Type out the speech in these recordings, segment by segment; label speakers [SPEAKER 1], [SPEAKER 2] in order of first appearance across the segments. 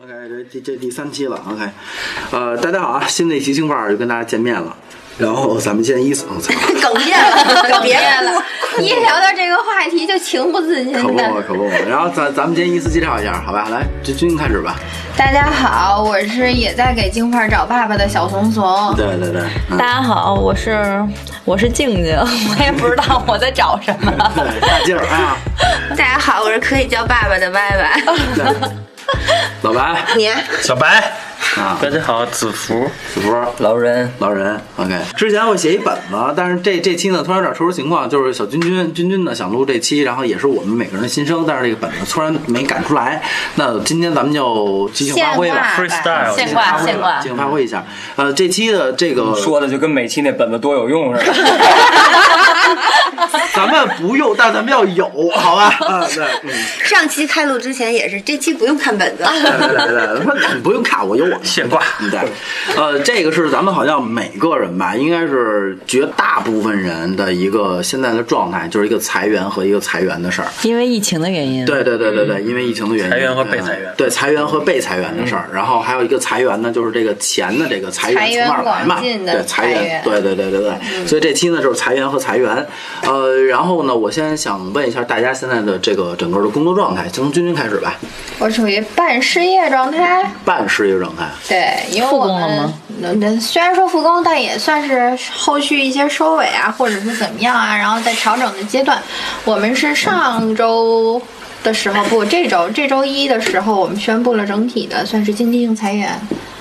[SPEAKER 1] OK，这这第三期了，OK，呃，大家好啊，新的一期星范儿又跟大家见面了，然后咱们先一我哦操，
[SPEAKER 2] 哽咽 了，
[SPEAKER 3] 别了，一聊到这个话题就情不自禁
[SPEAKER 1] 可不嘛
[SPEAKER 3] 的。
[SPEAKER 1] 可不嘛，然后咱咱们先依次介绍一下，好吧，来，这君开始吧，
[SPEAKER 3] 大家好，我是也在给京范儿找爸爸的小怂
[SPEAKER 4] 哦
[SPEAKER 3] 怂。
[SPEAKER 1] 对对对，嗯
[SPEAKER 2] 大，家好，我是我是静 静，我也不知道我在找什么。
[SPEAKER 1] 嗯对，大劲儿啊，
[SPEAKER 3] 大家好，我是可以叫爸爸的歪歪。
[SPEAKER 4] 哦
[SPEAKER 1] 对老白
[SPEAKER 3] 你
[SPEAKER 5] 小白，
[SPEAKER 1] 啊，
[SPEAKER 5] 大家好，子福，
[SPEAKER 1] 主播。
[SPEAKER 6] 老人，
[SPEAKER 1] 老人，OK。之前我写一本子，但是这这期呢，突然有点特殊情况，就是小君君君君呢想录这期，然后也是我们每个人的心声，但是这个本子突然没赶出来。那今天咱们就即兴发挥吧，
[SPEAKER 5] freestyle
[SPEAKER 2] 现挂现挂
[SPEAKER 1] 即，兴发挥一下。呃，这期的这个
[SPEAKER 6] 说的就跟每期那本子多有用似的。
[SPEAKER 1] 咱们不用，但咱们要有，好吧？啊，对，嗯
[SPEAKER 4] 上期开录之前也是，这期不用看本 子，
[SPEAKER 1] 对对对对，不是你不用看我，有我呢。
[SPEAKER 5] 现挂，
[SPEAKER 1] 对，呃，这个是咱们好像每个人吧，应该是绝大部分人的一个现在的状态，就是一个裁员和一个裁员的事儿。
[SPEAKER 2] 因为疫情的原因，
[SPEAKER 1] 对对对对对，因为疫情的原因，
[SPEAKER 5] 嗯裁员和被裁员嗯
[SPEAKER 1] 呃对裁员和被裁员的事儿，然后还有一个裁员呢，就是这个钱的这个裁
[SPEAKER 3] 财
[SPEAKER 1] 源
[SPEAKER 3] 源
[SPEAKER 1] 从哪儿来嘛？
[SPEAKER 3] 广进的
[SPEAKER 1] 对裁
[SPEAKER 3] 裁
[SPEAKER 1] 员
[SPEAKER 3] 员，
[SPEAKER 1] 对对对对对，所以这期呢就是裁员和裁员，呃，然后呢，我先想问一下大家现在的这个整个的工作状态，先从君君开始吧，
[SPEAKER 3] 我处于半失业状态，
[SPEAKER 1] 半失业状态，
[SPEAKER 3] 对，因为
[SPEAKER 2] 复
[SPEAKER 3] 我
[SPEAKER 2] 工了吗
[SPEAKER 3] 们嗯虽然说复工，但也算是后续一些收尾啊，或者是怎么样啊，然后在调整的阶段。我们是上周的时候，不，这周这周一的时候，我们宣布了整体的算是经济性裁员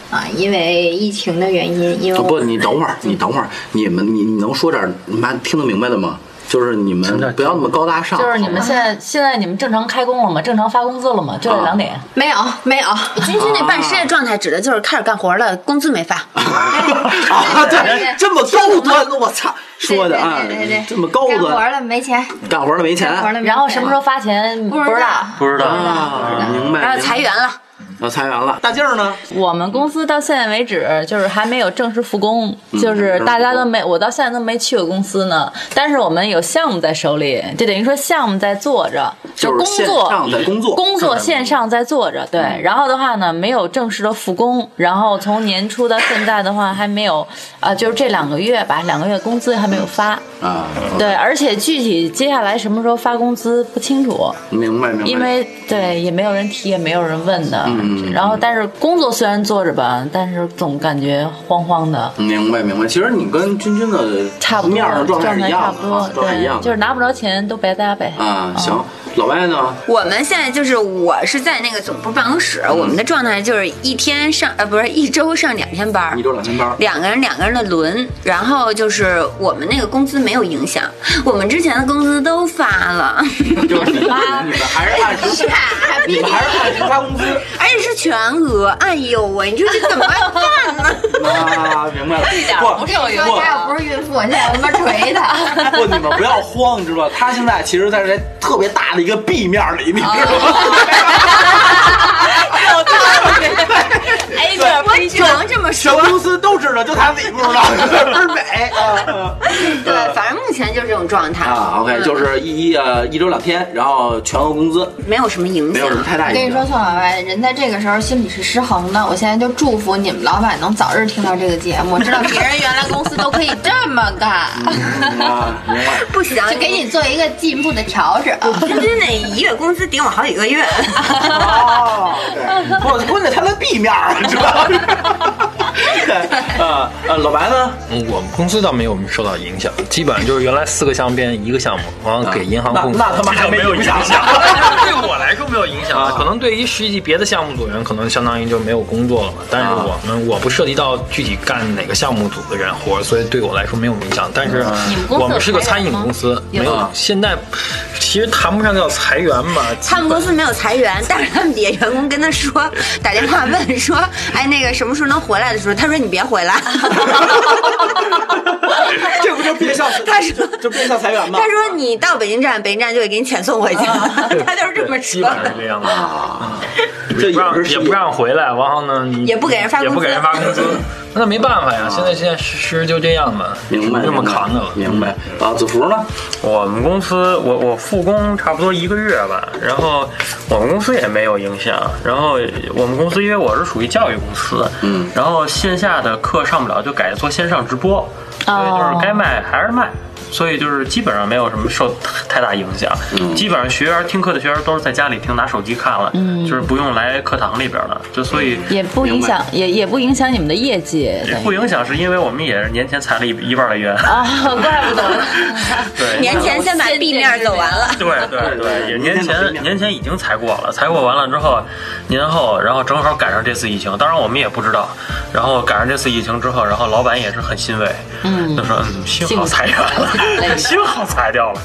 [SPEAKER 3] 啊，因为疫情的原因，因为
[SPEAKER 1] 哦
[SPEAKER 3] 我
[SPEAKER 1] 不，你等会儿，你等会儿，你们你你能说点儿你妈听得明白的吗？就是你们不要那么高大上，
[SPEAKER 2] 就是你们现在现在你们正常开工了吗？正常发工资了
[SPEAKER 7] 哦
[SPEAKER 2] 吗？就这两点，
[SPEAKER 3] 没有没有，
[SPEAKER 4] 军军那半失业状态指的就是开始干活了，工资没发。
[SPEAKER 1] 啊，对，这么高端，我操，说的啊
[SPEAKER 3] 对对对对，，
[SPEAKER 1] 这么高
[SPEAKER 3] 干
[SPEAKER 1] 端，
[SPEAKER 3] 活了没钱，
[SPEAKER 1] 干活了没钱，
[SPEAKER 3] 干活了没钱，
[SPEAKER 2] 然后什么时候发钱
[SPEAKER 3] 不
[SPEAKER 2] 不知道。
[SPEAKER 5] 不知道，
[SPEAKER 1] 啊，明白。
[SPEAKER 4] 然后裁员了，
[SPEAKER 1] 明白，要裁员了。大劲儿呢？
[SPEAKER 7] 我们公司到现在为止就是还没有正式复工，就是大家都没，我到现在都没去过公司呢。但是我们有项目在手里，就等于说项目在做着，就
[SPEAKER 1] 就是
[SPEAKER 7] 工
[SPEAKER 1] 线
[SPEAKER 7] 作
[SPEAKER 1] 上在工作，嗯
[SPEAKER 7] 工作线上在做着。对，然后的话呢，没有正式的复工，然后从年初到现在的话还没有，啊，就是这两个月吧，两个月工资还没有发。
[SPEAKER 1] 啊，
[SPEAKER 7] 对，而且具体接下来什么时候发工资不清楚，
[SPEAKER 1] 明白明白。
[SPEAKER 7] 因为对也没有人提，也没有人问的。
[SPEAKER 1] 嗯嗯
[SPEAKER 7] 然后，但是工作虽然做着吧，但是总感觉慌慌的，
[SPEAKER 1] 明白明白，其实你跟君君的
[SPEAKER 7] 差不多
[SPEAKER 1] 面上状态是一
[SPEAKER 7] 差
[SPEAKER 1] 样
[SPEAKER 7] 不
[SPEAKER 1] 的啊
[SPEAKER 7] 多，，
[SPEAKER 1] 状态一样
[SPEAKER 7] 对，
[SPEAKER 1] 的
[SPEAKER 7] 就是拿不着钱都白搭呗。
[SPEAKER 1] 啊。
[SPEAKER 7] 嗯
[SPEAKER 1] 行，老外呢？
[SPEAKER 4] 我们现在就是我是在那个总部办公室，我们的状态就是一天上呃不是一周上两天班儿
[SPEAKER 1] 一。周两千八，
[SPEAKER 4] 两个人两个人的轮，然后就是我们那个工资没有影响，我们之前的工资都发了，
[SPEAKER 1] 就是 你们还是按时，你们还是按时发工资。
[SPEAKER 4] 而且是全额。哎呦喂，你说这怎么 办呢？
[SPEAKER 1] 啊，明白了。不
[SPEAKER 7] 不是我原
[SPEAKER 3] 说他要不是孕妇，我现在我他妈锤 他。
[SPEAKER 1] 不，你们不要慌，你知道吧？他现在其实在这特别大的一个 B 面里，你知道吗？
[SPEAKER 7] 挨个儿
[SPEAKER 4] 我只能哎这么
[SPEAKER 1] 全
[SPEAKER 4] 说。
[SPEAKER 1] 公司都知道，就他自己不知道，倍儿美啊！
[SPEAKER 4] 对，反正目前就是这种状态
[SPEAKER 1] 啊，OK，就是一一呃一周两天，然后全额工资，
[SPEAKER 4] 没有什么影
[SPEAKER 1] 没
[SPEAKER 4] 响
[SPEAKER 1] 有什。么太大
[SPEAKER 3] 我跟
[SPEAKER 1] 影
[SPEAKER 3] 你说，
[SPEAKER 1] 响。
[SPEAKER 3] 宋老歪，人在这个时候心里是失衡的。我现在就祝福你们老板能早日听到这个节目，知道别人原来公司都可以这么干，
[SPEAKER 1] 嗯啊，明白。
[SPEAKER 4] 不行，
[SPEAKER 3] 就给你做一个进一步的调整。
[SPEAKER 8] 嗯
[SPEAKER 4] 平均得一月工资顶我好几个月。
[SPEAKER 1] 哦，对，不，关键他在 B 面儿，你知道吗？对，啊 呃，老白呢？
[SPEAKER 5] 嗯我们公司倒没有受到影响，基本上就是原来四个项目变成一个项目，然后给银行
[SPEAKER 6] 啊
[SPEAKER 1] 那
[SPEAKER 5] 供
[SPEAKER 1] 那他妈还没
[SPEAKER 5] 没有
[SPEAKER 1] 影
[SPEAKER 5] 影
[SPEAKER 1] 响
[SPEAKER 5] 响， 对我来说没有影响
[SPEAKER 1] 啊
[SPEAKER 5] 啊，可能对于实际别的项目组人，可能相当于就没有工作了嘛。但是
[SPEAKER 1] 啊
[SPEAKER 5] 我们我不涉及到具体干哪个项目组的人活，所以对我来说没有影响。但是
[SPEAKER 7] 们公司
[SPEAKER 5] 我们是个餐饮公司，没有现在其实谈不上叫裁员吧，
[SPEAKER 4] 他们公司没有裁员，但是他们底下员工跟他 说，打电话问说，哎，那个什么时候能回来的时候，他说你别回 来。
[SPEAKER 1] 这不就变相？
[SPEAKER 4] 他说
[SPEAKER 1] 这变相裁员吗？
[SPEAKER 4] 他说你到北京站，北京站就得给你遣送回去。 他就是这么
[SPEAKER 5] 基
[SPEAKER 4] 说
[SPEAKER 5] 本上是
[SPEAKER 4] 的。
[SPEAKER 5] 这样的。
[SPEAKER 1] 啊，这
[SPEAKER 5] 不让
[SPEAKER 1] 也是
[SPEAKER 5] 也不让回来，然后呢，你
[SPEAKER 4] 也不给人发
[SPEAKER 5] 也
[SPEAKER 4] 工
[SPEAKER 5] 不
[SPEAKER 4] 资
[SPEAKER 5] 给人发工资，那没办法呀，现在现在事实就这样嘛，
[SPEAKER 1] 明白，
[SPEAKER 5] 这么
[SPEAKER 1] 明白
[SPEAKER 5] 扛着了。
[SPEAKER 1] 明白啊，子福呢？
[SPEAKER 8] 我们公司，我我复工差不多一个月吧，然后我们公司也没有影响。然后我们公司因为我是属于教育公司，
[SPEAKER 1] 嗯，
[SPEAKER 8] 然后线下的课上不了，就改做线上直播，
[SPEAKER 1] 哦
[SPEAKER 8] 所以就是该卖还是卖。所以就是基本上没有什么受太大影响，
[SPEAKER 1] 嗯
[SPEAKER 8] 基本上学员听课的学员都是在家里听，拿手机看了，
[SPEAKER 1] 嗯
[SPEAKER 8] 就是不用来课堂里边了。就所以
[SPEAKER 7] 也不影响，也也不影响你们的业绩。
[SPEAKER 1] 嗯
[SPEAKER 7] 等于
[SPEAKER 8] 不影响，是因为我们也是年前裁了一一半 的员，
[SPEAKER 7] 啊，怪不得 呢。
[SPEAKER 8] 对，
[SPEAKER 4] 年前先把 B 面走完了，
[SPEAKER 8] 对对
[SPEAKER 1] 对
[SPEAKER 8] 对，也
[SPEAKER 1] 明天
[SPEAKER 8] 年
[SPEAKER 1] 的
[SPEAKER 8] 前
[SPEAKER 1] 平面
[SPEAKER 8] 年前已经裁过了，裁过完了之后，年后然后正好赶上这次疫情，当然我们也不知道，然后赶上这次疫情之后，然后老板也是很欣慰，嗯，就说嗯幸好裁员了，幸好裁掉了，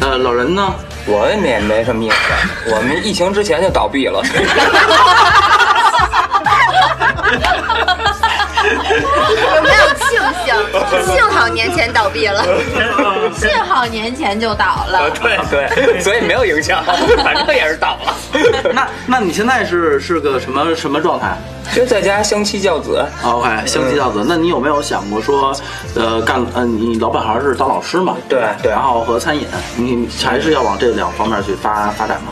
[SPEAKER 1] 呃，老人呢？
[SPEAKER 6] 我们也没什么影响，我们疫情之前就倒闭了。
[SPEAKER 4] 有没有庆 幸？幸好年前倒闭了，
[SPEAKER 8] 嗯
[SPEAKER 3] 幸好年前就倒
[SPEAKER 8] 呃
[SPEAKER 3] 了。
[SPEAKER 6] 啊对对， 所以没有影响，反正也是倒了。
[SPEAKER 1] 那那你现在是是个什么什么状态
[SPEAKER 6] 就在家相妻教子，
[SPEAKER 1] 啊？OK，相妻教子。那你有没有想过说，呃，干呃，你老本行是当老师嘛？
[SPEAKER 6] 对对
[SPEAKER 1] 然后和餐饮，你还是要往这两方面去发发展吗？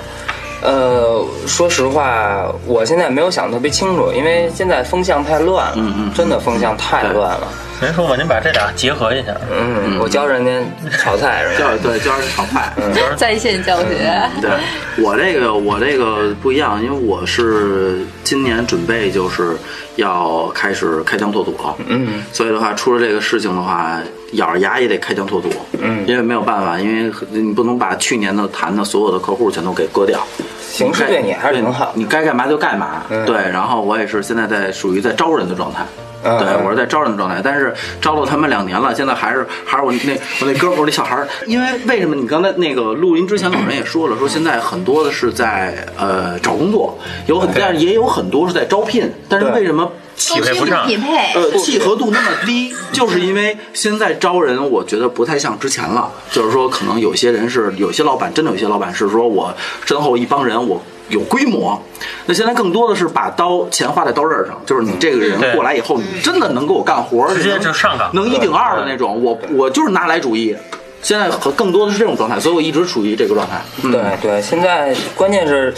[SPEAKER 6] 呃，说实话，我现在没有想得特别清楚，因为现在风向太乱了，
[SPEAKER 1] 嗯嗯
[SPEAKER 6] 真的风向太乱了。
[SPEAKER 8] 人说吧，您把这俩结合一下，
[SPEAKER 6] 嗯，我教人家炒菜 是吧？
[SPEAKER 1] 教对教人炒菜。
[SPEAKER 7] 在线教学，
[SPEAKER 1] 对我这个我这个不一样，因为我是今年准备就是要开始开疆拓土了，
[SPEAKER 6] 嗯，
[SPEAKER 1] 所以的话，出了这个事情的话，咬着牙也得开疆拓土，
[SPEAKER 6] 嗯
[SPEAKER 1] 因为没有办法，因为你不能把去年的谈的所有的客户全都给割掉，
[SPEAKER 6] 形式对你还是挺好的。
[SPEAKER 1] 你该干嘛就干嘛。
[SPEAKER 6] 嗯
[SPEAKER 1] 对，然后我也是现在在属于在招人的状态。
[SPEAKER 6] 嗯
[SPEAKER 1] 对
[SPEAKER 6] 嗯，
[SPEAKER 1] 我是在招人的状态，但是招了他们两年了，现在还是还是我那我那哥们儿我那小孩儿，因为为什么你刚才那个录音之前老人也说了，说现在很多的是在呃找工作，有很但是也有很多是在招聘，但是
[SPEAKER 6] 对
[SPEAKER 1] 为什么
[SPEAKER 8] 匹配不上
[SPEAKER 3] 都是，匹配，
[SPEAKER 1] 呃，契合度那么低，就是因为现在招人，我觉得不太像之前了。就是说，可能有些人是，有些老板真的有些老板是说我身后一帮人，我有规模。那现在更多的是把刀钱花在刀刃上，就是你这个人
[SPEAKER 8] 嗯对
[SPEAKER 1] 过来以后，你真的能给我干活，
[SPEAKER 8] 直接
[SPEAKER 1] 能
[SPEAKER 8] 就上岗
[SPEAKER 1] 能一顶二的那种。我我就是拿来主义，现在和更多的是这种状态，所以我一直处于这个状态。嗯
[SPEAKER 6] 对对，现在关键是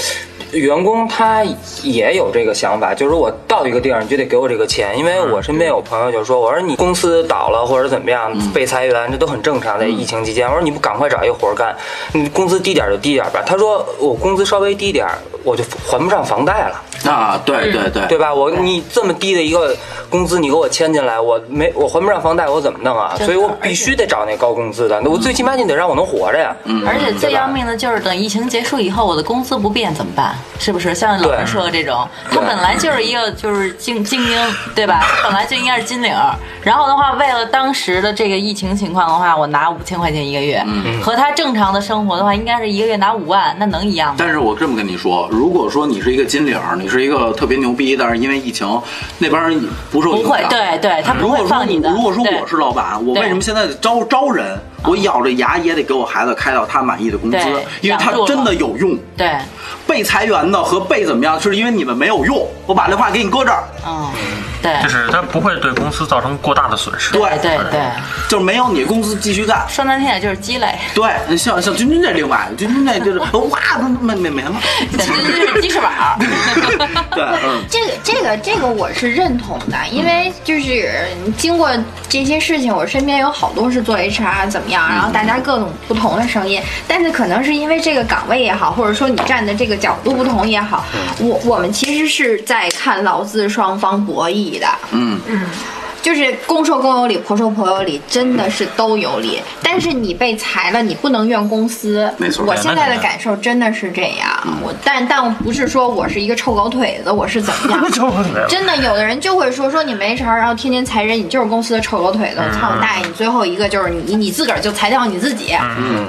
[SPEAKER 6] 员工他也有这个想法，就是我到一个地方你就得给我这个钱，因为我身边有朋友就说，我说你公司倒了或者怎么样被裁员，这都很正常，在嗯疫情期间，我说你不赶快找一个活儿干，你工资低点儿就低点儿吧。他说我工资稍微低点儿，我就还不上房贷了。
[SPEAKER 1] 啊，对对对
[SPEAKER 6] 对吧？我你这么低的一个工资，你给我签进来，我没我还不上房贷，我怎么弄啊？所以我必须得找那高工资的，那我最起码你得让我能活着呀。
[SPEAKER 7] 而且最要命的就是等疫情结束以后，我的工资不变怎么办？是不是？像老人说的这种，他本来就是一个就是精精英，对吧？本来就应该是金领儿。然后的话，为了当时的这个疫情情况的话，我拿五千块钱一个月，和他正常的生活的话，应该是一个月拿五万，那能一样吗？
[SPEAKER 1] 但是我这么跟你说，如果说你是一个金领儿，你是一个特别牛逼，但是因为疫情，那帮人不受影
[SPEAKER 7] 不会
[SPEAKER 1] 响。
[SPEAKER 7] 对对他不
[SPEAKER 1] 如果
[SPEAKER 7] 会
[SPEAKER 1] 说
[SPEAKER 7] 放你的
[SPEAKER 1] 如果说
[SPEAKER 7] 对
[SPEAKER 1] 我是老板，我
[SPEAKER 7] 对
[SPEAKER 1] 为什么现在招招人？我咬着牙也得给我孩子开到他满意的工资
[SPEAKER 7] 对，
[SPEAKER 1] 因为他
[SPEAKER 7] 养住了
[SPEAKER 1] 真的有用。
[SPEAKER 7] 对，
[SPEAKER 1] 被裁员的和被怎么样，是因为你们没有用。我把这话给你搁这儿，
[SPEAKER 7] 嗯，对，
[SPEAKER 8] 就是它不会对公司造成过大的损失。
[SPEAKER 1] 对
[SPEAKER 7] 对对，
[SPEAKER 1] 就是没有你公司继续干。
[SPEAKER 7] 说难听点就是积累，
[SPEAKER 1] 对，像像君君这另外，君君这就是哇，没没没什么。
[SPEAKER 7] 这就是鸡翅膀儿。
[SPEAKER 1] 对，嗯。
[SPEAKER 3] 这个这个这个我是认同的，因为就是经过这些事情，我身边有好多是做 HR 怎么样，然后大家各种不同的声音，但是可能是因为这个岗位也好，或者说你站的这个角度不同也好，我我们其实是在看劳资双方博弈的，
[SPEAKER 1] 嗯
[SPEAKER 3] 就是公说公有理，婆说婆有理，真的是都有理。但是你被裁了，你不能怨公司。
[SPEAKER 1] 没错
[SPEAKER 3] 我现在的感受真的是这样。我但但我不是说我是一个臭狗腿子，我是怎么样？真的，有的人就会说说你没茬儿，然后天天裁人，你就是公司的臭狗腿子。我操我大爷，你最后一个就是你，你自个儿就裁掉你自己。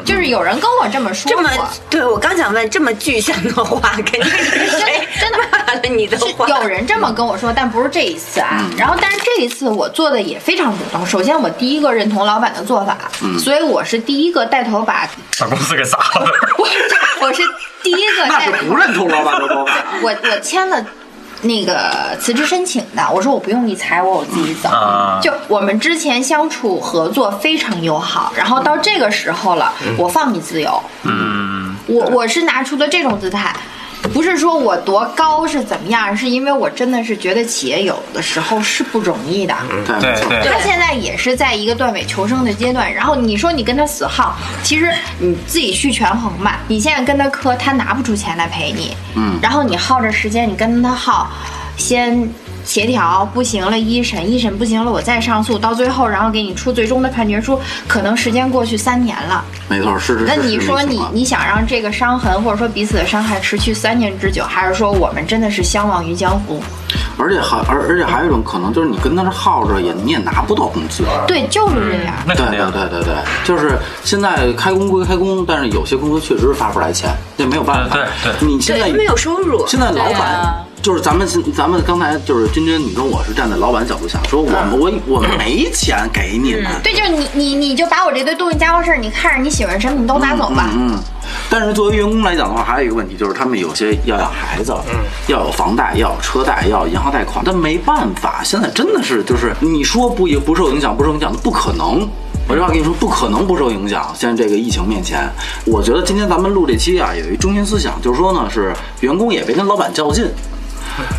[SPEAKER 3] 就是有人跟我这么说
[SPEAKER 4] 这
[SPEAKER 3] 过
[SPEAKER 4] 么。对我刚想问这么具象的话，肯定是谁
[SPEAKER 3] 真的
[SPEAKER 4] 骂了你的
[SPEAKER 3] 是
[SPEAKER 4] 话？
[SPEAKER 3] 有人这么跟我说，但不是这一次啊。然后，但是这一次我做的也非常主动。首先，我第一个认同老板的做法，所以我是第一个带头把，
[SPEAKER 8] 把公司给砸了，
[SPEAKER 3] 我我是第一个
[SPEAKER 1] 那
[SPEAKER 3] 带
[SPEAKER 1] 是
[SPEAKER 3] 头，
[SPEAKER 1] 不认同老板的说法。
[SPEAKER 3] 我我签了那个辞职申请的，我说我不用你裁我，我自己走。
[SPEAKER 8] 啊
[SPEAKER 3] 就我们之前相处合作非常友好，然后到这个时候了，我放你自由。
[SPEAKER 8] 嗯，
[SPEAKER 3] 我我是拿出的这种姿态，不是说我多高是怎么样，是因为我真的是觉得企业有的时候是不容易的。
[SPEAKER 8] 嗯
[SPEAKER 1] 对
[SPEAKER 8] 对对，
[SPEAKER 3] 他现在也是在一个断尾求生的阶段，然后你说你跟他死耗，其实你自己去权衡吧。你现在跟他磕，他拿不出钱来赔你，嗯，然后你耗着时间，你跟他耗，先协调不行了，一审一审不行了，我再上诉，到最后然后给你出最终的判决书，可能时间过去三年了，
[SPEAKER 1] 没错，是是。
[SPEAKER 3] 那
[SPEAKER 1] 是
[SPEAKER 3] 你
[SPEAKER 1] 是
[SPEAKER 3] 说
[SPEAKER 1] 没错
[SPEAKER 3] 你
[SPEAKER 1] 啊
[SPEAKER 3] 你想让这个伤痕或者说彼此的伤害持续三年之久，还是说我们真的是相忘于江湖？
[SPEAKER 1] 嗯而且还而而且还有一种可能就是你跟他是耗着也你也拿不到工资。
[SPEAKER 3] 对，就是这样。
[SPEAKER 8] 那
[SPEAKER 1] 对
[SPEAKER 8] 肯定
[SPEAKER 1] 对对对对，就是现在开工归开工，但是有些公司确实是发不出来钱，这没有办法。
[SPEAKER 8] 对对对
[SPEAKER 1] 你现
[SPEAKER 4] 对
[SPEAKER 1] 在
[SPEAKER 4] 他们有收入，
[SPEAKER 1] 现在老
[SPEAKER 7] 对啊
[SPEAKER 1] 板就是咱们现，咱们刚才就是君君，你跟我是站在老板角度想，说我们我我没钱给你们，
[SPEAKER 3] 对，就是你你你就把我这堆东西家伙事儿，你看着你喜欢什么，你都拿走吧。
[SPEAKER 1] 嗯，但是作为员工来讲的话，还有一个问题就是，他们有些要养孩子，嗯，要有房贷，要有车贷，要有银行贷款，但没办法，现在真的是就是你说不影不受影响，不受影响，不可能。我这话跟你说，不可能不受影响。现在这个疫情面前，我觉得今天咱们录这期啊，有一中心思想，就是说呢，是员工也别跟老板较劲，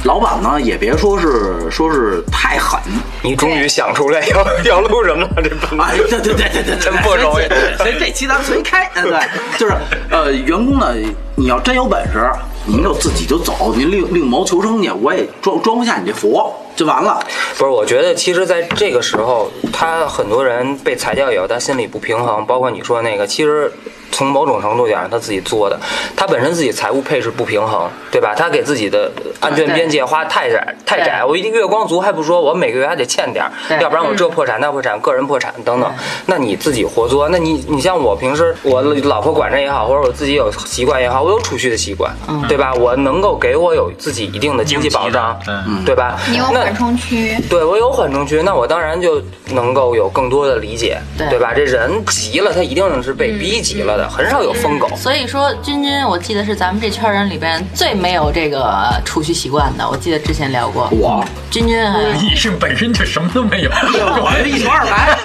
[SPEAKER 1] 老板呢也别说是说是太狠，
[SPEAKER 6] 你终于想出来要 要录什么了，这本
[SPEAKER 1] 哎，对对对对对，
[SPEAKER 6] 真不容易
[SPEAKER 1] 所以这期咱们随开，哎对，就是呃，员工呢，你要真有本事，您就自己就走，您另另谋求生去，我也装装不下你这佛，就完了。
[SPEAKER 6] 不是，我觉得其实在这个时候，他很多人被裁掉以后，他心里不平衡，包括你说那个，其实从某种程度讲，他自己作的，他本身自己财务配置不平衡，对吧？他给自己的安全边界花太窄太窄，我一月光族还不说，我每个月还得欠点儿
[SPEAKER 7] 对，
[SPEAKER 6] 要
[SPEAKER 3] 嗯
[SPEAKER 6] 不然我这破产那破产，个人破产等等。那你自己活作，那你你像我平时我老婆管着也好，或者我自己有习惯也好，我有储蓄的习惯，
[SPEAKER 3] 嗯
[SPEAKER 6] 对吧？我能够给我有自己一定的经济嗯
[SPEAKER 8] 应急的
[SPEAKER 6] 保障
[SPEAKER 8] 对，
[SPEAKER 6] 对吧？
[SPEAKER 3] 你有
[SPEAKER 6] 那
[SPEAKER 3] 缓冲区，
[SPEAKER 6] 对我有缓冲区，那我当然就能够有更多的理解，
[SPEAKER 7] 对
[SPEAKER 6] 吧？这人急了，他一定是被逼急了的，很少有疯狗。
[SPEAKER 7] 所以说，君君，我记得是咱们这圈人里边最没有这个储蓄习惯的。我记得之前聊过，
[SPEAKER 1] 我
[SPEAKER 7] 君君啊，
[SPEAKER 5] 你是本身就什么都没有，
[SPEAKER 1] 我这一穷二白，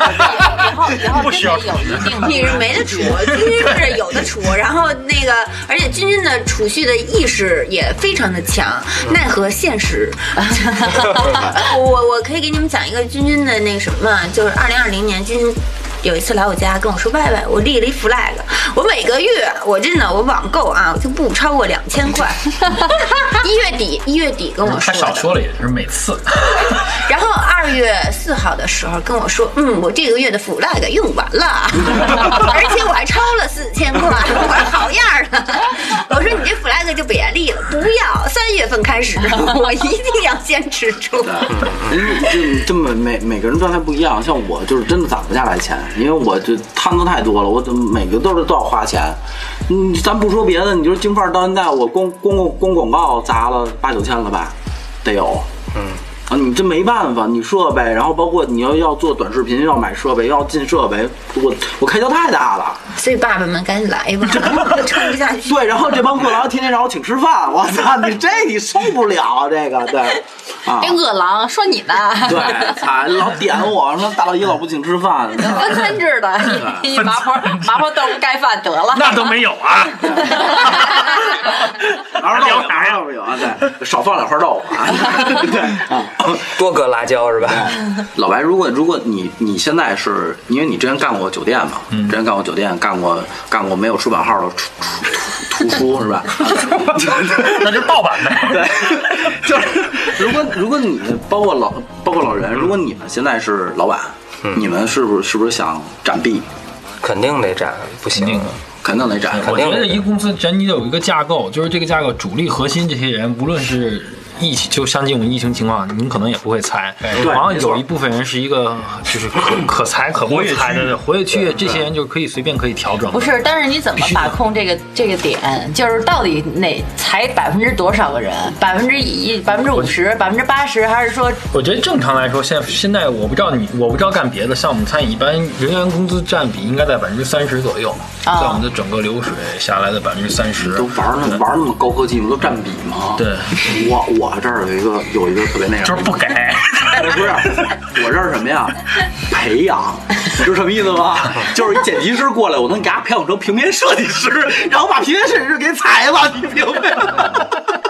[SPEAKER 7] 然后然后
[SPEAKER 8] 不需
[SPEAKER 7] 真
[SPEAKER 8] 要
[SPEAKER 7] 的有一定 的，
[SPEAKER 4] 你是没得储，君君是有的 储，然后那个，而且君君的储蓄的意识也非常的强，
[SPEAKER 5] 嗯
[SPEAKER 4] 奈何现实。 我我可以给你们讲一个君君的那什么，就是二零二零年君君。有一次来我家跟我说拜拜，我立了一 flag，我每个月我真的我网购啊，我就不超过两千 块。一月底一月底跟我说
[SPEAKER 5] 他少
[SPEAKER 4] 的，
[SPEAKER 5] 说了也是每次。
[SPEAKER 4] 然后二月四号的时候跟我说，嗯，我这个月的 flag 用完了， 而且我还超了四千块，我说好样儿的。我说你这 flag 就别立了，不要，三月份开始， 我一定要坚持住。
[SPEAKER 1] 人就这么每每个人状态不一样，像我就是真的攒不下来钱，因为我就摊子太多了，我怎么每个都是都要花钱。嗯，咱不说别的，你就是京范儿到现在，我光光光光广告砸了八九千了吧，得有。啊，你这没办法，你设备，然后包括你要要做短视频，要买设备，要进设备，我我开销太大了。
[SPEAKER 4] 所以爸爸们赶紧来 吧，我撑不下去。
[SPEAKER 1] 对，然后这帮过劳 天天让我请吃饭，我操，你这你受不了这个，对，啊
[SPEAKER 7] 这，饿狼说你呢，
[SPEAKER 1] 对，操，老点我说大老爷老不请吃饭，
[SPEAKER 7] 分餐 制的，你你麻婆麻婆豆腐盖饭得了。
[SPEAKER 8] 那都没有啊，
[SPEAKER 1] 哪有哪儿有有啊？对，少放两块豆腐啊，对啊。
[SPEAKER 6] 多搁辣椒是吧？
[SPEAKER 1] 老白，如果如果你你现在是因为你之前干过酒店嘛，之前干过酒店，干过干过没有出版号的出出图书是吧？
[SPEAKER 5] 那就盗版呗。
[SPEAKER 1] 对，就是如果如果你们包括老包括老人，如果你们现在是老板，你们是不是是不是想展臂？
[SPEAKER 6] 肯定得占，不行。
[SPEAKER 1] 肯定得展。
[SPEAKER 5] 嗯我觉得一个公司咱你得有一个架构，就是这个架构主力核心这些人，无论是疫情，就像这种疫情情况，你可能也不会裁。
[SPEAKER 1] 对
[SPEAKER 5] 然后
[SPEAKER 1] 没错
[SPEAKER 5] 有一部分人是一个就是 可可裁可不裁的活跃区，这些人就可以随便可以调整。
[SPEAKER 7] 不是，但是你怎么把控这个这个点？就是到底哪才百分之多少个人？百分之一、百分之五十、百分之八十，还是说
[SPEAKER 5] 我觉得正常来说，现在现在我不知道你，我不知道干别的，像我们餐饮一般，人员工资占比应该在百分之三十左右，
[SPEAKER 7] 啊
[SPEAKER 5] 在我们的整个流水下来的百分之三十
[SPEAKER 1] 都。玩那玩那么高科技吗？都占比吗？
[SPEAKER 5] 对，
[SPEAKER 1] 我我我这儿有一个有一个特别那样，
[SPEAKER 8] 就是不给。
[SPEAKER 1] 哎不是，我这儿什么呀？培养，你知道什么意思吗？就是一剪辑师过来，我能给他培养成平面设计师，然后把平面设计师给裁了，你明白吗？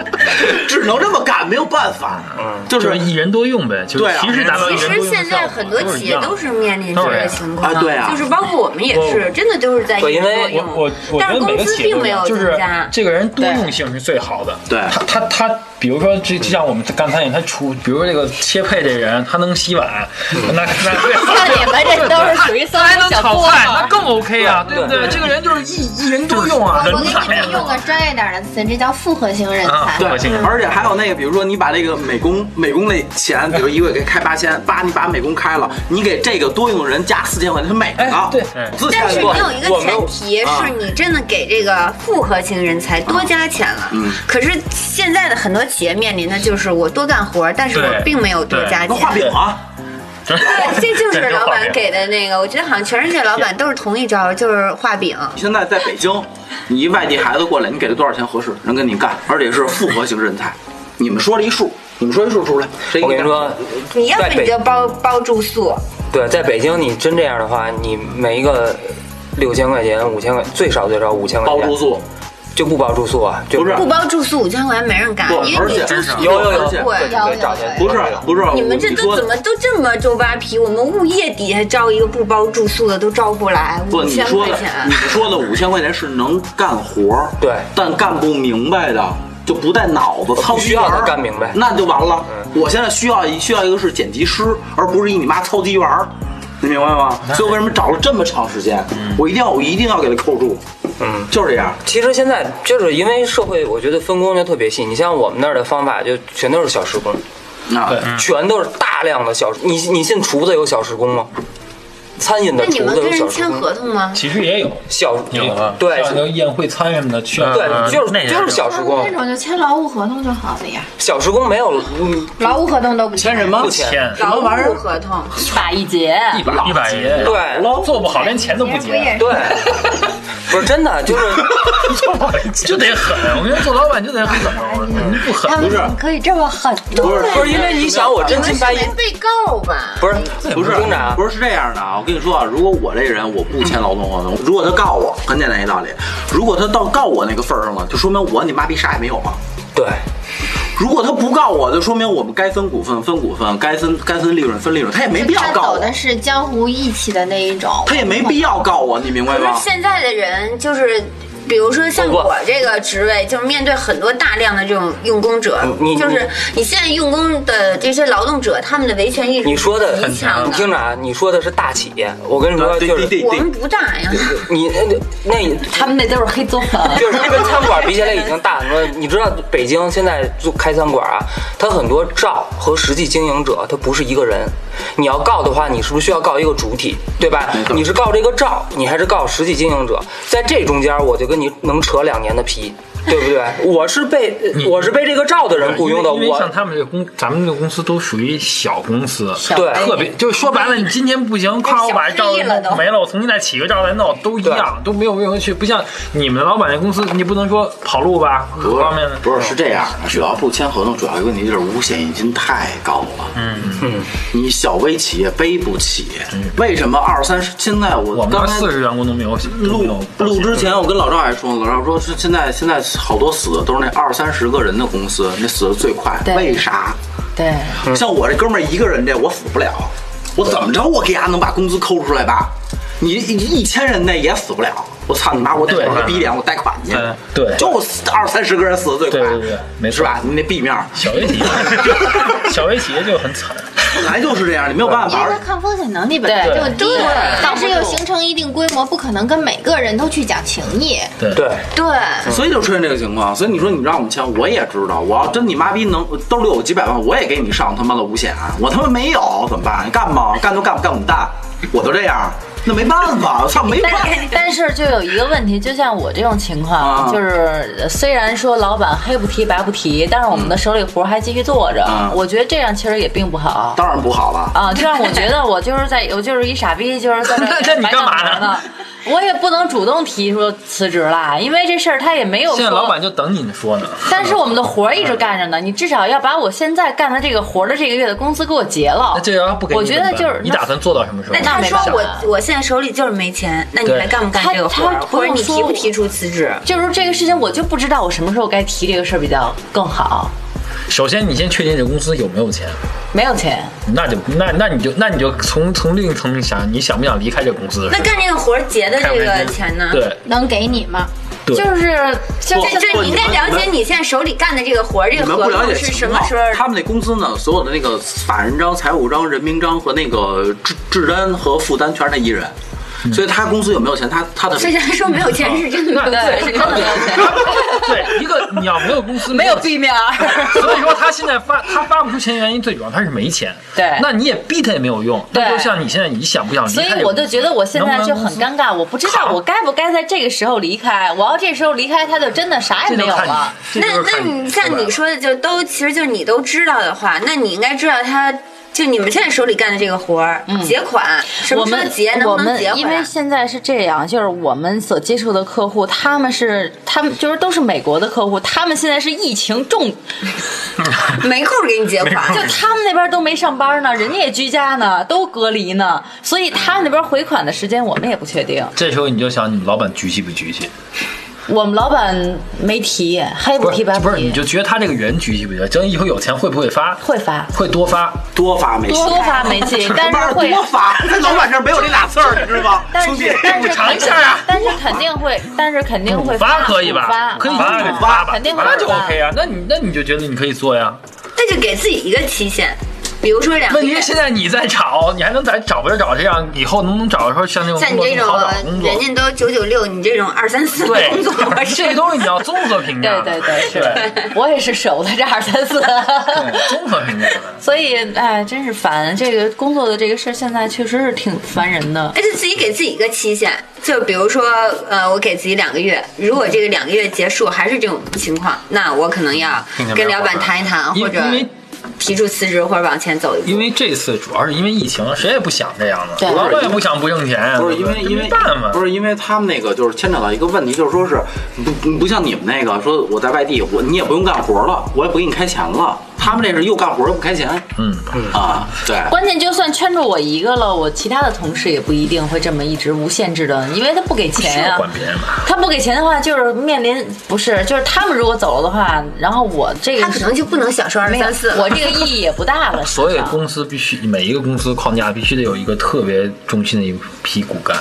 [SPEAKER 1] 只能这么干，没有办法。嗯，就
[SPEAKER 5] 就是是一人多用呗，就
[SPEAKER 1] 对
[SPEAKER 5] 是
[SPEAKER 1] 啊
[SPEAKER 5] 其实达到一
[SPEAKER 4] 其
[SPEAKER 5] 人多
[SPEAKER 4] 实
[SPEAKER 5] 用的
[SPEAKER 4] 现在
[SPEAKER 5] 效果
[SPEAKER 4] 很多
[SPEAKER 5] 是
[SPEAKER 4] 企
[SPEAKER 5] 一
[SPEAKER 4] 业
[SPEAKER 5] 样的
[SPEAKER 4] 都是面临这个情况，
[SPEAKER 1] 啊对啊
[SPEAKER 4] 就是包括我们也是，真的都是在
[SPEAKER 6] 对因为
[SPEAKER 4] 用
[SPEAKER 5] 我我我
[SPEAKER 4] 但
[SPEAKER 5] 觉
[SPEAKER 4] 是
[SPEAKER 5] 得
[SPEAKER 4] 工
[SPEAKER 5] 每个
[SPEAKER 4] 资
[SPEAKER 5] 企业
[SPEAKER 4] 并
[SPEAKER 5] 都
[SPEAKER 4] 没
[SPEAKER 5] 一
[SPEAKER 4] 有
[SPEAKER 5] 样，就是
[SPEAKER 4] 增加。
[SPEAKER 5] 这个人多用性是最好的。
[SPEAKER 1] 对
[SPEAKER 5] 他他他，比如说这就像我们干餐饮，他厨，比如说这个切配这人，他能洗碗，
[SPEAKER 6] 嗯
[SPEAKER 5] 那 那最好。
[SPEAKER 2] 像你们这都是属于三
[SPEAKER 5] 还
[SPEAKER 2] 姑
[SPEAKER 5] 能
[SPEAKER 2] 小
[SPEAKER 5] 炒
[SPEAKER 2] 泼
[SPEAKER 5] 菜，那
[SPEAKER 2] 妇。
[SPEAKER 5] 更 OK 啊，对不
[SPEAKER 6] 对
[SPEAKER 5] 对？这个人就是一一人多用啊，
[SPEAKER 3] 我给你们用个专业点的词，这叫复合型人
[SPEAKER 7] 啊
[SPEAKER 3] 才。
[SPEAKER 1] 对
[SPEAKER 5] 核心，
[SPEAKER 1] 而且还有那个，比如说你把这个美工美工那钱，比如一个月给开八千，八你把美工开了，你给这个多用的人加四千块钱，他每个
[SPEAKER 5] 哎对
[SPEAKER 1] 四千
[SPEAKER 4] 但是你
[SPEAKER 1] 块
[SPEAKER 4] 有一个
[SPEAKER 1] 啊
[SPEAKER 4] 前提，是你真的给这个复合型人才多加钱了。
[SPEAKER 1] 嗯
[SPEAKER 4] 可是现在的很多企业面临的就是我多干活，但是我
[SPEAKER 8] 对
[SPEAKER 4] 并没有多加
[SPEAKER 1] 那画
[SPEAKER 4] 钱。
[SPEAKER 1] 饼啊，
[SPEAKER 4] 对，这就是
[SPEAKER 8] 对
[SPEAKER 4] 老
[SPEAKER 8] 画
[SPEAKER 4] 板
[SPEAKER 8] 饼
[SPEAKER 4] 给的那个，我觉得好像全世界老板都是同一招，就是画饼。
[SPEAKER 1] 现在在北京， 你一外地孩子过来，你给他多少钱合适？能跟你干，而且是复合型人才。你们说了一数，你们说一数出来，谁
[SPEAKER 6] 我
[SPEAKER 1] 给
[SPEAKER 6] 跟你
[SPEAKER 1] 干
[SPEAKER 6] 说，
[SPEAKER 4] 你要
[SPEAKER 6] 在
[SPEAKER 4] 不你
[SPEAKER 6] 北
[SPEAKER 4] 就包包住宿，
[SPEAKER 6] 对，在北京你真这样的话，你每一个六千块钱、五千块，最少最少五千块
[SPEAKER 1] 包
[SPEAKER 6] 钱
[SPEAKER 1] 住宿，
[SPEAKER 6] 就不包住宿啊，就
[SPEAKER 1] 不是
[SPEAKER 4] 不包住宿五千块钱没人干
[SPEAKER 1] 不，
[SPEAKER 4] 因为
[SPEAKER 1] 而
[SPEAKER 4] 你
[SPEAKER 1] 且
[SPEAKER 4] 住宿
[SPEAKER 1] 有
[SPEAKER 6] 有有
[SPEAKER 1] 而且
[SPEAKER 6] 有，
[SPEAKER 4] 贵
[SPEAKER 6] 对对找钱
[SPEAKER 1] 不是不是，
[SPEAKER 4] 你们这
[SPEAKER 1] 我
[SPEAKER 4] 都
[SPEAKER 1] 说
[SPEAKER 4] 怎么都这么周扒皮？我们物业底下招一个不包住宿的都招不来，
[SPEAKER 1] 不，
[SPEAKER 4] 五
[SPEAKER 1] 你
[SPEAKER 4] 千
[SPEAKER 1] 说
[SPEAKER 4] 块
[SPEAKER 1] 的
[SPEAKER 4] 钱
[SPEAKER 1] 你。说的五千块钱是能干活儿，
[SPEAKER 6] 对呃
[SPEAKER 1] 但干不明白的。就不带脑子操
[SPEAKER 6] 需
[SPEAKER 1] 鸡
[SPEAKER 6] 要
[SPEAKER 1] 玩儿
[SPEAKER 6] 他干明白嗯
[SPEAKER 1] 那就完了。我现在需要一需要一个是剪辑师，而不是一你妈操鸡玩儿，你明白吗？所以为什么找了这么长时间？
[SPEAKER 5] 嗯
[SPEAKER 1] 我一定要我一定要给他扣住，
[SPEAKER 6] 嗯。
[SPEAKER 1] 就是这样。
[SPEAKER 6] 其实现在就是因为社会，我觉得分工就特别细。你像我们那儿的方法，就全都是小时工，
[SPEAKER 1] 那
[SPEAKER 5] 对
[SPEAKER 6] 全都是大量的小时。你你信厨子有小时工吗？餐饮的
[SPEAKER 4] 那你
[SPEAKER 6] 厨
[SPEAKER 4] 们
[SPEAKER 6] 子
[SPEAKER 4] 跟
[SPEAKER 6] 有
[SPEAKER 4] 人
[SPEAKER 6] 小时
[SPEAKER 4] 签
[SPEAKER 6] 工，
[SPEAKER 4] 合同吗？
[SPEAKER 5] 其实也有，
[SPEAKER 6] 小
[SPEAKER 8] 有啊
[SPEAKER 6] 对
[SPEAKER 5] 像那个宴会餐什么的，去
[SPEAKER 6] 对，就是
[SPEAKER 8] 那也
[SPEAKER 6] 就是
[SPEAKER 8] 有
[SPEAKER 6] 小时
[SPEAKER 3] 那
[SPEAKER 6] 工
[SPEAKER 3] 那，种就签劳务合同就好了呀，
[SPEAKER 6] 小时工没有嗯
[SPEAKER 3] 劳务合同都不
[SPEAKER 1] 签什么
[SPEAKER 6] 不？签
[SPEAKER 8] 天，
[SPEAKER 4] 劳务合同，
[SPEAKER 7] 一把一结，
[SPEAKER 5] 一把
[SPEAKER 8] 一把一
[SPEAKER 5] 结，
[SPEAKER 6] 对
[SPEAKER 5] 做不好连钱都不
[SPEAKER 3] 不
[SPEAKER 4] 哎
[SPEAKER 3] 也
[SPEAKER 5] 结，
[SPEAKER 3] 是
[SPEAKER 6] 对，不是真的，就是
[SPEAKER 5] 就得狠。我跟你说，做老板就得狠，
[SPEAKER 4] 哎
[SPEAKER 5] 你不狠
[SPEAKER 2] 他
[SPEAKER 1] 不是
[SPEAKER 2] 们可以这么狠的，
[SPEAKER 1] 不是
[SPEAKER 6] 不是因为你想，我真
[SPEAKER 4] 你
[SPEAKER 6] 金
[SPEAKER 4] 们
[SPEAKER 6] 白
[SPEAKER 4] 是
[SPEAKER 6] 银
[SPEAKER 4] 没被告吧？
[SPEAKER 6] 不是
[SPEAKER 1] 不是
[SPEAKER 6] 工长，
[SPEAKER 1] 不是是这样的啊！我跟你说啊，如果我这人我不签劳动合同，如果他告我，很简单一道理，如果他到告我那个份儿上了，就说明我你妈逼啥也没有了。
[SPEAKER 6] 对，
[SPEAKER 1] 如果他不告我，就说明我们该分股份分股份，该分该分利润分利润，他也没必要
[SPEAKER 3] 他
[SPEAKER 1] 告
[SPEAKER 3] 走
[SPEAKER 1] 我，
[SPEAKER 3] 的是江湖义气的那一种，
[SPEAKER 1] 他也没必要告我，你明白
[SPEAKER 4] 可
[SPEAKER 1] 吗
[SPEAKER 4] 是？现在的人就是。比如说像
[SPEAKER 6] 不不
[SPEAKER 4] 我这个职位，就是面对很多大量的这种用工者
[SPEAKER 6] 你你，
[SPEAKER 4] 就是你现在用工的这些劳动者，他们的维权意识
[SPEAKER 6] 你说的
[SPEAKER 4] 极强
[SPEAKER 6] 你听着啊，你说的是大企业，我跟你说
[SPEAKER 1] 啊对
[SPEAKER 6] 就是
[SPEAKER 1] 对对
[SPEAKER 4] 我们不大呀，
[SPEAKER 6] 你那那
[SPEAKER 7] 他们那都是黑啊作坊。
[SPEAKER 6] 就是跟餐馆比起 来已经大很多。你知道北京现在做开餐馆啊，它很多照和实际经营者他不是一个人。你要告的话，你是不是需要告一个主体，对吧
[SPEAKER 1] 没？错
[SPEAKER 6] 你是告这个照，你还是告实际经营者？在这中间，我就跟你能扯两年的皮，对不对？我是被
[SPEAKER 1] 嗯
[SPEAKER 6] 我是被这个照的人雇佣的，
[SPEAKER 5] 因为因为
[SPEAKER 6] 我
[SPEAKER 5] 像他们这个公，咱们这个公司都属于小公司，
[SPEAKER 6] 对
[SPEAKER 5] 特别就是说白了，你今天不行，夸我把这照
[SPEAKER 4] 小黑了都
[SPEAKER 5] 没了，我重新再起一个照再弄，都一样，都没有任何区别。不像你们老板那公司，你不能说跑路吧，各方面的
[SPEAKER 1] 不是是这样的，只要不签合同，主要一个问题就是五险一金太高了。嗯嗯，你小微企业背不起。为什么二三十？现在
[SPEAKER 5] 我
[SPEAKER 1] 我
[SPEAKER 5] 们
[SPEAKER 1] 刚
[SPEAKER 5] 那
[SPEAKER 1] 才
[SPEAKER 5] 四十员工都没有都没有嗯
[SPEAKER 1] 录录之前，我跟老赵还说呢，老赵说是现在现在好多死的都是那二三十个人的公司，那死的最快，
[SPEAKER 7] 对
[SPEAKER 1] 为啥？
[SPEAKER 7] 对，
[SPEAKER 5] 嗯
[SPEAKER 1] 像我这哥们儿一个人这我死不了，我怎么着我给俺能把工资抠出来吧？你一一千人那也死不了，我操你妈！我得
[SPEAKER 5] 对嗯
[SPEAKER 1] 我个逼脸，我贷款去，
[SPEAKER 5] 对对
[SPEAKER 1] 就二三十个人死的最快，
[SPEAKER 5] 对对对没错
[SPEAKER 1] 是吧？你那 B 面儿
[SPEAKER 5] 小微企业，小嗯微企业就很惨。
[SPEAKER 1] 本来就是这样，你没有办
[SPEAKER 3] 因
[SPEAKER 1] 法
[SPEAKER 3] 为。他抗风险能力本来就低，但是又形成一定规模，不可能跟每个人都去讲情义。
[SPEAKER 5] 对
[SPEAKER 6] 对。
[SPEAKER 4] 对，
[SPEAKER 1] 所以就出现这个情况，所以你说你让我们签，我也知道，我要真你妈逼能兜里有几百万，我也给你上他妈的五险，我他妈没有怎么办？你干吧，干就干，不干滚蛋，我就这样，那没办法，我操，没办 法。
[SPEAKER 7] 但是就有一个问题，就像我这种情况，
[SPEAKER 1] 啊
[SPEAKER 7] 就是呃虽然说老板黑不提白不提，但是我们的手里活儿还继续做着
[SPEAKER 1] 啊，
[SPEAKER 7] 我觉得这样其实也并不好。
[SPEAKER 1] 当然不好了，
[SPEAKER 7] 啊，就让我觉得我就是在，我就是一傻逼，就是在
[SPEAKER 5] 那那你
[SPEAKER 7] 白
[SPEAKER 5] 干嘛
[SPEAKER 7] 干活呢
[SPEAKER 5] 呢？
[SPEAKER 7] 我也不能主动提出辞职啦，因为这事儿他也没有说。
[SPEAKER 5] 现在老板嗯就等你说呢。
[SPEAKER 7] 但是我们的活儿一直干着呢，你至少要把我现在干的这个活儿的这个月的工资给我结了
[SPEAKER 5] 那。 这要不给你
[SPEAKER 7] 我觉得
[SPEAKER 5] 怎么办
[SPEAKER 7] 就是
[SPEAKER 5] 你打算做到什么时候
[SPEAKER 4] 那？他
[SPEAKER 7] 没
[SPEAKER 4] 说
[SPEAKER 7] 办法
[SPEAKER 4] 我我现在手里就是没钱，那你
[SPEAKER 5] 对
[SPEAKER 4] 还干不干这个活
[SPEAKER 7] 他
[SPEAKER 4] 儿？
[SPEAKER 7] 他
[SPEAKER 4] 或者你
[SPEAKER 7] 跟
[SPEAKER 4] 提
[SPEAKER 7] 我说
[SPEAKER 4] 不提出辞职？
[SPEAKER 7] 就是这个事情，我就不知道我什么时候该提这个事儿比较更好。
[SPEAKER 5] 首先，你先确定这公司有没有钱，
[SPEAKER 7] 没有钱，
[SPEAKER 5] 那就那那你就那你就从从另一层面想，你想不想离开这公司？
[SPEAKER 4] 那干这个活儿结的这个钱 呢？
[SPEAKER 5] 对
[SPEAKER 3] 能给你吗？
[SPEAKER 5] 对，
[SPEAKER 7] 就是就
[SPEAKER 4] 这这你应该了解你现在手里干的这个活儿，这
[SPEAKER 1] 你
[SPEAKER 4] 个
[SPEAKER 1] 们
[SPEAKER 4] 合
[SPEAKER 1] 不了
[SPEAKER 4] 同
[SPEAKER 1] 解
[SPEAKER 4] 是什
[SPEAKER 1] 情
[SPEAKER 4] 么
[SPEAKER 1] 况
[SPEAKER 4] 时候？
[SPEAKER 1] 他们那公司呢，所有的那个法人章、财务章、人名章和那个制制单和负单全是他一人，所以他公司有没有钱，他他的
[SPEAKER 4] 虽然说没有钱是真的没有
[SPEAKER 7] 对，是
[SPEAKER 4] 钱，
[SPEAKER 7] 真的没有钱，
[SPEAKER 5] 对一个你要没有公司，
[SPEAKER 7] 没有 B 面儿。
[SPEAKER 5] 所以说他现在发他发不出钱，原因最主要他是没钱。
[SPEAKER 7] 对
[SPEAKER 5] 那你也逼他也没有用。
[SPEAKER 7] 对
[SPEAKER 5] 那就像你现在你想不想离
[SPEAKER 7] 所
[SPEAKER 5] 开这个公司？
[SPEAKER 7] 以我就觉得我现在就很尴尬，我不知道我该不该在这个时候离开。我要这时候离开，他就真的啥也
[SPEAKER 5] 这
[SPEAKER 7] 没
[SPEAKER 5] 就
[SPEAKER 7] 有
[SPEAKER 5] 看你
[SPEAKER 7] 了。。
[SPEAKER 5] 这
[SPEAKER 4] 那
[SPEAKER 5] 就
[SPEAKER 4] 那
[SPEAKER 5] 是看
[SPEAKER 4] 你像你说的，就都其实就是你都知道的话，那你应该知道他。就你们现在手里干的这个活儿，
[SPEAKER 5] 嗯
[SPEAKER 4] 结款什么
[SPEAKER 7] 我
[SPEAKER 4] 时候
[SPEAKER 7] 们
[SPEAKER 4] 结，能
[SPEAKER 7] 我
[SPEAKER 4] 不能
[SPEAKER 7] 们
[SPEAKER 4] 结
[SPEAKER 7] 因
[SPEAKER 4] 回
[SPEAKER 7] 为
[SPEAKER 4] 来？
[SPEAKER 7] 现在是这样，就是我们所接触的客户，他们是他们就是都是美国的客户，他们现在是疫情重，
[SPEAKER 4] 没空给你结款，
[SPEAKER 7] 就他们那边都没上班呢，人家也居家呢，都隔离呢，所以他们那边回款的时间我们也不确定。
[SPEAKER 5] 这时候你就想你们老板局气不局气？
[SPEAKER 7] 我们老板没提，黑不
[SPEAKER 5] 不是
[SPEAKER 7] 提白
[SPEAKER 5] 不是，
[SPEAKER 7] 提
[SPEAKER 5] 你，就觉得他这个人局气不局气？等以后有钱会不会发？
[SPEAKER 7] 会发
[SPEAKER 5] 会多发。
[SPEAKER 1] 多发没戏。
[SPEAKER 7] 多发 没进，但是会
[SPEAKER 1] 多发，在老板这儿没有这俩字儿，你知道吗？
[SPEAKER 7] 但
[SPEAKER 1] 兄弟
[SPEAKER 7] 是，但是
[SPEAKER 5] 尝一下啊
[SPEAKER 7] 但是肯定会，但是肯定会
[SPEAKER 5] 五发可以
[SPEAKER 7] 五发
[SPEAKER 5] 吧？可以
[SPEAKER 7] 啊
[SPEAKER 5] 五
[SPEAKER 1] 发
[SPEAKER 5] 吧？
[SPEAKER 7] 肯定会
[SPEAKER 5] 那就
[SPEAKER 7] 五发
[SPEAKER 5] OK 啊。那你那你就觉得你可以做呀？
[SPEAKER 4] 那就给自己一个期限，比如说两个
[SPEAKER 5] 问题
[SPEAKER 4] 月
[SPEAKER 5] 是。现在你在找，你还能再找不着找这样？以后能不能找说像那种
[SPEAKER 4] 像
[SPEAKER 5] 工
[SPEAKER 4] 你这
[SPEAKER 5] 作更
[SPEAKER 4] 种
[SPEAKER 5] 好找的工作？
[SPEAKER 4] 人家都九九六，你这种二三四的
[SPEAKER 5] 对
[SPEAKER 4] 工作，我是
[SPEAKER 5] 这东西你要综合评价
[SPEAKER 7] 对
[SPEAKER 5] 的。
[SPEAKER 7] 对对，
[SPEAKER 5] 对
[SPEAKER 7] 是我也是守的这二三四，
[SPEAKER 5] 对 综合评价的。
[SPEAKER 7] 所以哎，真是烦。这个工作的这个事儿，现在确实是挺烦人的。
[SPEAKER 4] 而且哎自己给自己一个期限，就比如说，呃，我给自己两个月，如果这个两个月结束还是这种情况，那我可能要跟老板谈一谈，
[SPEAKER 5] 因
[SPEAKER 4] 或
[SPEAKER 5] 为
[SPEAKER 4] 者
[SPEAKER 5] 因为
[SPEAKER 4] 提出辞职，或者往前走一步。
[SPEAKER 5] 因为这次主要是因为疫情，谁也不想这样
[SPEAKER 7] 对
[SPEAKER 5] 的，老板也不想不挣钱，啊
[SPEAKER 1] 不是因为
[SPEAKER 5] 这
[SPEAKER 1] 因为
[SPEAKER 5] 没办法，
[SPEAKER 1] 不是因为他们那个就是牵扯到一个问题，就是说是不不像你们那个说我在外地，我你也不用干活了，我也不给你开钱了。他们这是又干活又不开钱
[SPEAKER 5] 嗯，
[SPEAKER 1] 啊，对。
[SPEAKER 7] 关键就算圈住我一个了，我其他的同事也不一定会这么一直无限制的，因为他不给
[SPEAKER 5] 需
[SPEAKER 7] 钱呀、
[SPEAKER 5] 要管别人嘛。
[SPEAKER 7] 他不给钱的话，就是面临不是，就是他们如果走了的话，然后我这个
[SPEAKER 4] 他可能就不能享受二
[SPEAKER 7] 没有
[SPEAKER 4] 三四，
[SPEAKER 7] 我这个意义也不大 了。
[SPEAKER 5] 所以
[SPEAKER 7] 实际上
[SPEAKER 5] 公司必须每一个公司框架必须得有一个特别中心的一批骨干，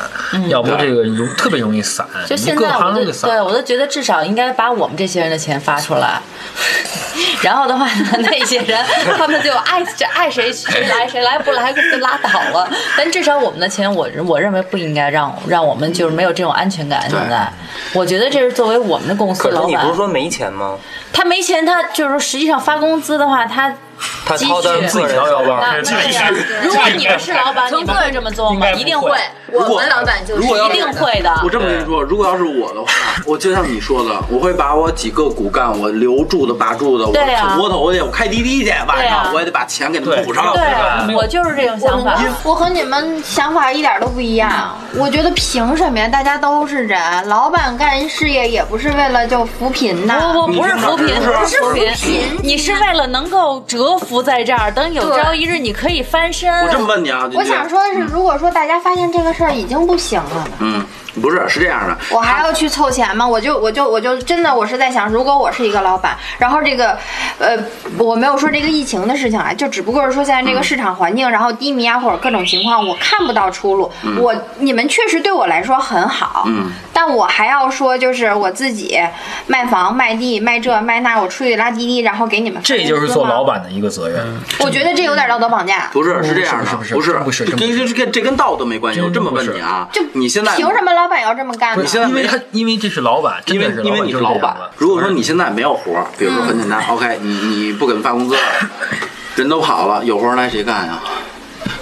[SPEAKER 5] 要不这个容特别容易散，
[SPEAKER 7] 嗯就
[SPEAKER 5] 你
[SPEAKER 7] 现
[SPEAKER 5] 各
[SPEAKER 7] 在我
[SPEAKER 5] 行都
[SPEAKER 7] 就
[SPEAKER 5] 给
[SPEAKER 7] 对
[SPEAKER 5] 散。
[SPEAKER 7] 我都觉得至少应该把我们这些人的钱发出来， 然后的话呢，那些人他们就爱这爱谁谁来谁来不来就拉倒了。但至少我们的钱我，我认为不应该让让我们就是没有这种安全感。现在，我觉得这是作为我们的公司
[SPEAKER 6] 可是
[SPEAKER 7] 老
[SPEAKER 6] 你不是
[SPEAKER 7] 板，
[SPEAKER 6] 说没钱吗？
[SPEAKER 7] 他没钱，他就是说实际上发工资的话，他
[SPEAKER 6] 他
[SPEAKER 7] 积
[SPEAKER 6] 掏的
[SPEAKER 7] 蓄
[SPEAKER 6] 自己
[SPEAKER 5] 自己
[SPEAKER 6] 掏
[SPEAKER 5] 掏腰包
[SPEAKER 7] 那
[SPEAKER 8] 这
[SPEAKER 7] 那
[SPEAKER 8] 这
[SPEAKER 7] 样
[SPEAKER 8] 这，
[SPEAKER 7] 如果你们是老板，你们会这么做
[SPEAKER 5] 应
[SPEAKER 7] 吗？
[SPEAKER 5] 该不
[SPEAKER 7] 一定
[SPEAKER 5] 会
[SPEAKER 7] 会，
[SPEAKER 4] 我们老板就是
[SPEAKER 1] 如果要
[SPEAKER 7] 一定会
[SPEAKER 3] 啊
[SPEAKER 7] 的。
[SPEAKER 1] 我这么跟你说，如果要是我的话，我就像你说的，我会把我几个骨干，我留住的、把住的，我
[SPEAKER 7] 对啊
[SPEAKER 1] 捅窝头去，我开滴滴去，晚
[SPEAKER 7] 对啊
[SPEAKER 1] 上我也得把钱给他们
[SPEAKER 5] 对
[SPEAKER 1] 补上。
[SPEAKER 3] 啊
[SPEAKER 7] 对，我就是这种想法。
[SPEAKER 3] 我和你们想法一点都不一样。我觉得凭什么呀？大家都是人，老板干事业也不是为了就扶贫呐。
[SPEAKER 7] 不不不是扶贫，不是扶
[SPEAKER 4] 贫
[SPEAKER 7] 你是为了能够蛰伏在这儿，等有朝一日你可以翻身
[SPEAKER 1] 我。这么问你啊，君
[SPEAKER 3] 我
[SPEAKER 1] 君，
[SPEAKER 3] 想说的是，如果说大家发现这个事儿已经不行了呢，
[SPEAKER 1] 嗯，不是，是这样的，
[SPEAKER 3] 我还要去凑钱吗？我就我就我就真的我是在想，如果我是一个老板，然后这个，呃，我没有说这个疫情的事情啊，就只不过是说现在这个市场环境，然后低迷啊或者各种情况，我看不到出路。我你们确实对我来说很好，
[SPEAKER 1] 嗯，
[SPEAKER 3] 但我还要说就是我自己卖房卖地卖这卖那，我出去拉滴滴，然后给你们发工资
[SPEAKER 5] 这
[SPEAKER 3] 吗
[SPEAKER 5] 就是做老。板的一个责任。
[SPEAKER 3] 我觉得这有点道德绑架。
[SPEAKER 1] 不是，是这样的，
[SPEAKER 5] 不是
[SPEAKER 1] 不
[SPEAKER 5] 不是
[SPEAKER 1] 是，
[SPEAKER 5] 不是
[SPEAKER 1] 这
[SPEAKER 5] 真不是
[SPEAKER 1] 这这这跟道德没关系。
[SPEAKER 5] 真
[SPEAKER 1] 我这么
[SPEAKER 5] 不是
[SPEAKER 1] 问你啊，
[SPEAKER 3] 就
[SPEAKER 1] 你现在
[SPEAKER 3] 凭什么老板要这么干呢？
[SPEAKER 1] 不是现在
[SPEAKER 5] 因为他，因为这是老板，真
[SPEAKER 1] 啊因
[SPEAKER 5] 的
[SPEAKER 1] 为
[SPEAKER 5] 是
[SPEAKER 1] 因为
[SPEAKER 5] 板
[SPEAKER 1] 你
[SPEAKER 5] 就是这
[SPEAKER 1] 老
[SPEAKER 5] 样
[SPEAKER 1] 板
[SPEAKER 5] 了，嗯
[SPEAKER 1] 如果说你现在没有活儿，比如说很简单、o k 你你不给他们发工资了，人都跑了，有活儿来谁干呀？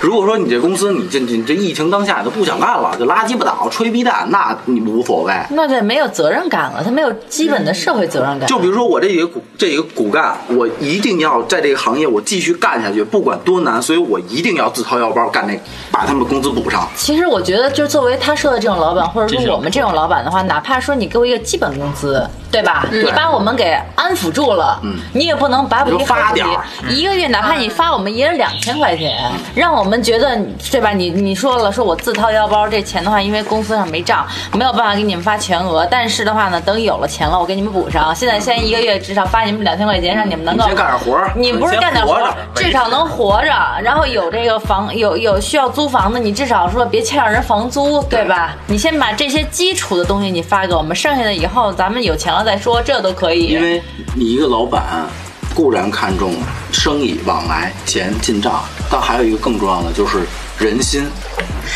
[SPEAKER 1] 如果说你这公司你这你这疫情当下就不想干了，就拉鸡巴倒、吹逼蛋，那你无所谓。
[SPEAKER 7] 那这没有责任感了，他没有基本的社会责任感。
[SPEAKER 1] 就比如说我这一个骨这一个骨干，我一定要在这个行业我继续干下去，不管多难，所以我一定要自掏腰包干这，把他们工资补上。
[SPEAKER 7] 其实我觉得，就是作为他说的这种老板，或者
[SPEAKER 5] 这是
[SPEAKER 7] 说我们这种老板的话，哪怕说你给我一个基本工资，对吧？你把我们给安抚住了，你也不能把
[SPEAKER 1] 嗯你
[SPEAKER 7] 我
[SPEAKER 1] 就
[SPEAKER 7] 们
[SPEAKER 1] 发点儿
[SPEAKER 7] 一个月哪怕你发我们一人两千块钱，让我们觉得你对吧？你你说了，说我自掏腰包这钱的话，因为公司上没账，没有办法给你们发全额。但是的话呢，等有了钱了，我给你们补上。现在先一个月至少发你们两千块钱，让你们能够
[SPEAKER 1] 你先干点活儿
[SPEAKER 7] 你不是
[SPEAKER 1] 先
[SPEAKER 7] 干点
[SPEAKER 1] 活
[SPEAKER 7] 活儿
[SPEAKER 1] 着，
[SPEAKER 7] 至少能活着。然后有这个房，有有需要租房的，你至少说别欠上人房租，对吧？你先把这些基础的东西你发给我们，剩下的以后咱们有钱了再说，这都可以。
[SPEAKER 1] 因为你一个老板固然看重生意往来、钱进账，但还有一个更重要的就是人心。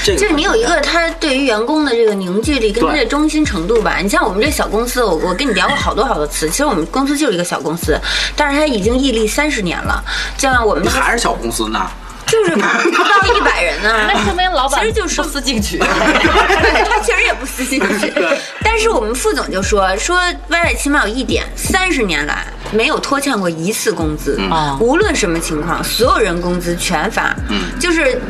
[SPEAKER 1] 这个
[SPEAKER 4] 就是你有一个他对于员工的这个凝聚力跟他的忠心程度吧。你像我们这小公司，我我跟你聊过好多好多次，其实我们公司就是一个小公司，但是它已经屹立三十年了。就像我们
[SPEAKER 1] 你还是小公司呢，
[SPEAKER 4] 就 是不到一百人呢、啊
[SPEAKER 7] 那说明老板
[SPEAKER 4] 其实就是
[SPEAKER 7] 不思进取。
[SPEAKER 4] 对他确实也不思进取。但是我们副总就说说歪歪起码有一点，三十年来没有拖欠过一次工资，
[SPEAKER 1] 嗯
[SPEAKER 7] 啊
[SPEAKER 4] 无论什么情况，所有人工资全发。嗯，就是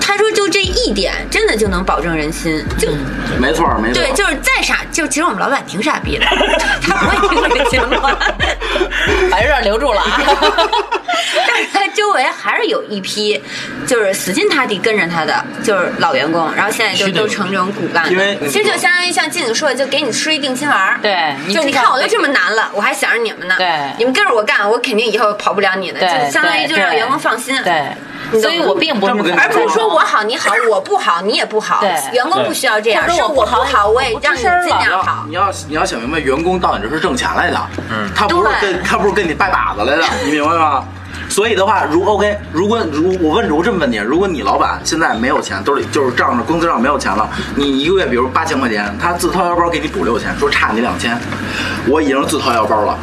[SPEAKER 4] 他说就这一点，真的就能保证人心。就、
[SPEAKER 1] 嗯没错儿没错儿。
[SPEAKER 4] 对，就是再傻，就其实我们老板挺傻逼的，他不会听我这节目。
[SPEAKER 7] 把有点留住了啊！
[SPEAKER 4] 但是他周围还是有一批，就是死心塌地跟着他的，就是老员工，然后现在就是
[SPEAKER 5] 的
[SPEAKER 4] 都成这种骨干了。
[SPEAKER 1] 因为
[SPEAKER 4] 其实就相当于像静姐说的，就给你吃一定心丸儿。
[SPEAKER 7] 对你
[SPEAKER 4] 就
[SPEAKER 7] 至
[SPEAKER 4] 你
[SPEAKER 7] 少
[SPEAKER 4] 看我都
[SPEAKER 7] 得
[SPEAKER 4] 这么难了，我还想着你们呢。
[SPEAKER 7] 对
[SPEAKER 4] 你们跟着我干，我肯定以后跑不了你的。就
[SPEAKER 7] 对，
[SPEAKER 4] 相当于就让
[SPEAKER 7] 对
[SPEAKER 4] 员工放心。
[SPEAKER 7] 对，
[SPEAKER 4] 你
[SPEAKER 7] 所
[SPEAKER 4] 懂吗
[SPEAKER 7] 以我并不是
[SPEAKER 1] 这么跟你
[SPEAKER 4] 而不是说我好你好，我不好你也不好
[SPEAKER 7] 对，
[SPEAKER 4] 员工不需要这样，
[SPEAKER 7] 或者
[SPEAKER 4] 是
[SPEAKER 7] 我
[SPEAKER 4] 我
[SPEAKER 7] 不好
[SPEAKER 4] 好我也
[SPEAKER 7] 我不
[SPEAKER 4] 让你
[SPEAKER 7] 吱声儿
[SPEAKER 4] 尽
[SPEAKER 7] 了
[SPEAKER 4] 量好。
[SPEAKER 1] 你要你要想明白，员工到你这是挣钱来的，啊嗯，他不是
[SPEAKER 4] 对
[SPEAKER 1] 跟他不是跟你拜把子来的，你明白吗？ 所以的话，如 OK，如果如我问如这么问你，如果你老板现在没有钱，兜里就是账上工资上没有钱了，你一个月比如八千块钱，他自掏腰包给你补六千，说差你两千，我已经是自掏腰包了，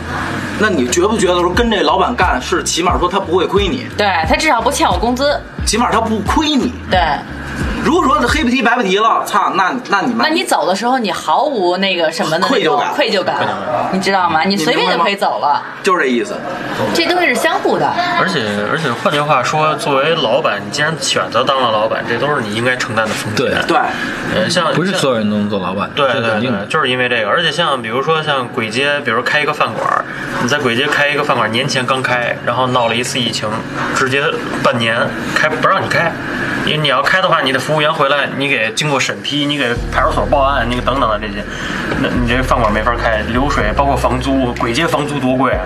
[SPEAKER 1] 那你觉不觉得说跟这老板干是起码说他不会亏你，
[SPEAKER 7] 对他至少不欠我工资。
[SPEAKER 1] 起码他不亏你。
[SPEAKER 7] 对，
[SPEAKER 1] 如果说黑不提白不提了，操，那那你妈
[SPEAKER 7] 那你走的时候你毫无那个什么的
[SPEAKER 1] 愧
[SPEAKER 7] 那
[SPEAKER 1] 疚
[SPEAKER 7] 种
[SPEAKER 1] 感
[SPEAKER 7] 愧疚感，你知道吗？你随便就可以走了，
[SPEAKER 1] 就是这意思，
[SPEAKER 7] 这东西是相互的。
[SPEAKER 8] 而且而且，换句话说，作为老板，你既然选择当了老板，这都是你应该承担的风险。
[SPEAKER 5] 对
[SPEAKER 1] 对。
[SPEAKER 8] 呃，像
[SPEAKER 5] 不是
[SPEAKER 8] 像
[SPEAKER 5] 所有人都能做老板，
[SPEAKER 8] 对
[SPEAKER 5] 这是
[SPEAKER 8] 对
[SPEAKER 5] 肯定
[SPEAKER 8] 对，
[SPEAKER 5] 的。
[SPEAKER 8] 就是因为这个，而且像比如说像簋街，比如开一个饭馆儿，你在簋街开一个饭馆儿，年前刚开，然后闹了一次疫情，直接半年开不让你开，因为你要开的话，你的服务员回来，你给经过审批，你给派出所报案，你等等的这些，那你这饭馆没法开，流水包括房租，簋街房租多贵啊！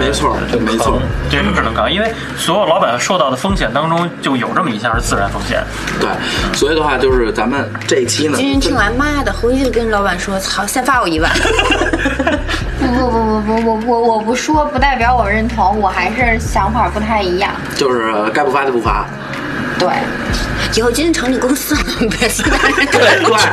[SPEAKER 1] 没错，没错。
[SPEAKER 8] 对，只能扛，因为所有老板受到的风险当中，就有这么一项是自然风险。
[SPEAKER 1] 对，所以的话就是咱们这一期呢，
[SPEAKER 4] 今天听完，妈的，回去就跟老板说，操，先发我一万。
[SPEAKER 3] 不不不不不不，我我不说，不代表我认同，我还是想法不太一样。
[SPEAKER 1] 就是该不发就不发。
[SPEAKER 3] 对，
[SPEAKER 4] 以后今天成立公司了，别随便人家
[SPEAKER 5] 对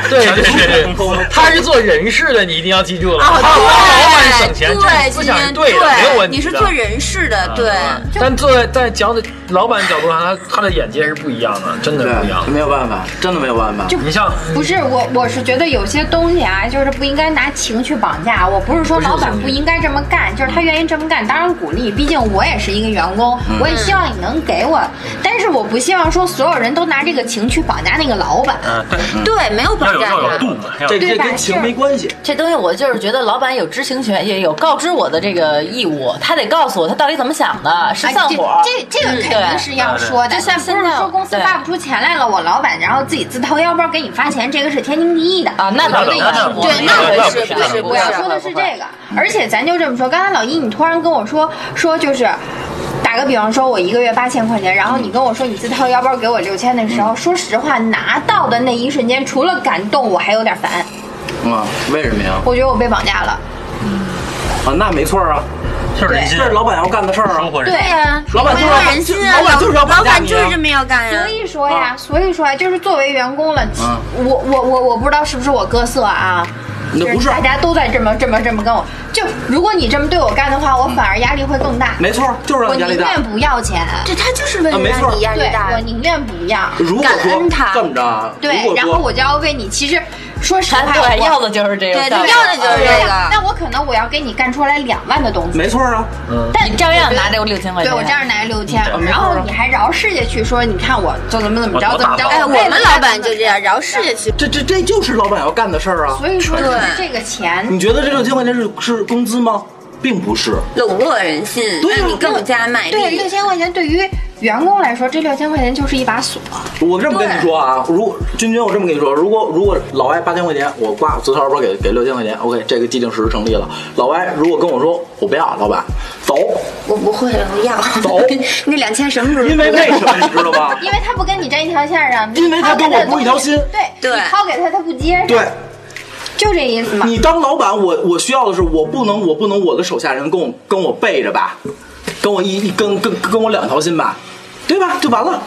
[SPEAKER 5] 对对对对，他是做人事的，你一定要记住了。他老板省钱，这
[SPEAKER 4] 对，
[SPEAKER 5] 个思
[SPEAKER 4] 今
[SPEAKER 5] 想
[SPEAKER 4] 天
[SPEAKER 5] 是对的，没有问题的。
[SPEAKER 4] 你是做人事的，对。
[SPEAKER 5] 但坐在在角度老板角度上，他他的眼界是不一样的，真的
[SPEAKER 1] 对
[SPEAKER 5] 不一样，。
[SPEAKER 1] 没有办法，真的没有办法。
[SPEAKER 5] 你像
[SPEAKER 3] 不是我，我是觉得有些东西啊，就是不应该拿情去绑架。我不是说
[SPEAKER 5] 不是
[SPEAKER 3] 老板
[SPEAKER 5] 情绪
[SPEAKER 3] 不应该这么干，就是他愿意这么干，当然鼓励。毕竟我也是一个员工，我也希望你能给我，但是我不希望说所有人都拿这个情去绑架那个老板。
[SPEAKER 8] 嗯，对，
[SPEAKER 4] 对，没有
[SPEAKER 8] 要
[SPEAKER 4] 绑
[SPEAKER 8] 有
[SPEAKER 4] 架
[SPEAKER 8] 要有
[SPEAKER 4] 他。
[SPEAKER 8] 度嘛，要有
[SPEAKER 1] 这
[SPEAKER 8] 度
[SPEAKER 1] 这
[SPEAKER 3] 对吧
[SPEAKER 1] 跟情没关系，
[SPEAKER 7] 这东西我就是觉得老板有知情权，也有告知我的这个义务，他得告诉我他到底怎么想的，是
[SPEAKER 3] 啊
[SPEAKER 7] 散伙。嗯
[SPEAKER 3] 这这这个肯定是要说的。
[SPEAKER 7] 对
[SPEAKER 3] 现在不是说公司
[SPEAKER 7] 对
[SPEAKER 3] 发不出钱来了，我老板然后自己自掏腰包给你发钱，这个是天经地义的
[SPEAKER 7] 啊，那
[SPEAKER 3] 我觉
[SPEAKER 7] 倒
[SPEAKER 3] 得
[SPEAKER 7] 不
[SPEAKER 3] 也
[SPEAKER 7] 那倒
[SPEAKER 3] 是
[SPEAKER 7] 不那倒
[SPEAKER 4] 对那倒是
[SPEAKER 7] 不
[SPEAKER 4] 不是
[SPEAKER 7] 不
[SPEAKER 3] 我
[SPEAKER 4] 不
[SPEAKER 3] 要
[SPEAKER 4] 是
[SPEAKER 3] 说的是
[SPEAKER 7] 不会
[SPEAKER 3] 这个，而且咱就这么说。刚才老一，你突然跟我说说就是，打个比方说，我一个月八千块钱，然后你跟我说你自掏腰包给我六千的
[SPEAKER 1] 嗯
[SPEAKER 3] 时候，说实话，拿到的那一瞬间，除了感动，我还有点烦，
[SPEAKER 1] 啊？为什么呀？
[SPEAKER 3] 我觉得我被绑架了。
[SPEAKER 1] 啊，那没错啊，
[SPEAKER 8] 就是人
[SPEAKER 1] 这
[SPEAKER 8] 心，
[SPEAKER 1] 是老板要干的事儿啊
[SPEAKER 8] 收。获人
[SPEAKER 3] 对
[SPEAKER 8] 心。
[SPEAKER 3] 呀、
[SPEAKER 1] 老板就是
[SPEAKER 4] 没有人心啊，
[SPEAKER 1] 老板就是要绑
[SPEAKER 4] 老
[SPEAKER 1] 架
[SPEAKER 4] 板
[SPEAKER 1] 你
[SPEAKER 4] 就
[SPEAKER 1] 啊
[SPEAKER 4] 是这么要干呀
[SPEAKER 3] 所。以说呀，所以说呀，就是作为员工了，我我我我不知道是不是我各色啊，
[SPEAKER 1] 啊那
[SPEAKER 3] 就
[SPEAKER 1] 不是
[SPEAKER 3] 大家都在这么这么这么跟我，就如果你这么对我干的话，我反而压力会更大。
[SPEAKER 1] 没错，就是
[SPEAKER 3] 我
[SPEAKER 1] 让你压力
[SPEAKER 3] 宁
[SPEAKER 1] 大
[SPEAKER 3] 愿。不要钱，
[SPEAKER 4] 对他就是为
[SPEAKER 1] 啊
[SPEAKER 4] 了
[SPEAKER 1] 没错
[SPEAKER 4] 让你压力
[SPEAKER 3] 对
[SPEAKER 4] 大
[SPEAKER 3] 我，宁愿不要。
[SPEAKER 1] 如果
[SPEAKER 4] 感
[SPEAKER 1] 说
[SPEAKER 4] 恩他
[SPEAKER 1] 这么着啊，如
[SPEAKER 3] 对，
[SPEAKER 1] 果
[SPEAKER 3] 然后我
[SPEAKER 1] 说
[SPEAKER 3] 就要为你，其实说实
[SPEAKER 7] 他
[SPEAKER 3] 话，
[SPEAKER 7] 对
[SPEAKER 3] 我
[SPEAKER 7] 要的就是这个，
[SPEAKER 4] 对要的就是
[SPEAKER 3] 对
[SPEAKER 4] 这
[SPEAKER 3] 呀
[SPEAKER 4] 个。
[SPEAKER 3] 那我可能我要给你干出来两万的东西，
[SPEAKER 1] 没错啊，
[SPEAKER 7] 你照样拿这个六千块
[SPEAKER 3] 对
[SPEAKER 7] 钱，
[SPEAKER 3] 我这样拿六千，
[SPEAKER 1] 没
[SPEAKER 3] 然
[SPEAKER 1] 错
[SPEAKER 3] 后
[SPEAKER 1] 啊
[SPEAKER 3] 你还饶世界去说，你看我就怎么怎么着
[SPEAKER 8] 我
[SPEAKER 3] 怎么着，
[SPEAKER 8] 我
[SPEAKER 4] 哎，我
[SPEAKER 3] 为了
[SPEAKER 4] 们
[SPEAKER 3] 他
[SPEAKER 4] 老板
[SPEAKER 3] 怎么
[SPEAKER 4] 就这样，饶世界去。
[SPEAKER 1] 这这这就是老板要干的事儿啊。
[SPEAKER 3] 所以说
[SPEAKER 4] 对
[SPEAKER 3] 就是这个钱，
[SPEAKER 1] 你觉得这六千块钱是是工资吗？并不是，
[SPEAKER 4] 笼络人心，
[SPEAKER 1] 对啊
[SPEAKER 4] 让你更加卖
[SPEAKER 3] 对六
[SPEAKER 4] 力。
[SPEAKER 3] 千块钱对于员工来说，这六千块钱就是一把锁。
[SPEAKER 1] 我这么跟你说啊，如果君君，我这么跟你说，如果如果老外八千块钱，我挂自掏腰包给给六千块钱，OK，这个既定事实成立了。老外如果跟我说我不要，老板走，
[SPEAKER 4] 我不会，我要
[SPEAKER 1] 走。
[SPEAKER 4] 那两千什么时候？
[SPEAKER 1] 因为为什么你知道吗？
[SPEAKER 3] 因为他不跟你站一条线啊上，
[SPEAKER 1] 啊因为他跟我不是一条心
[SPEAKER 3] 对
[SPEAKER 4] 对
[SPEAKER 3] 你抛给他他不接，
[SPEAKER 1] 对
[SPEAKER 3] 就这意思嘛。
[SPEAKER 1] 你当老板，我我需要的是，我不能我不能我的手下人跟我跟我背着吧，跟我一一跟跟跟我两条心吧，对吧？就完了。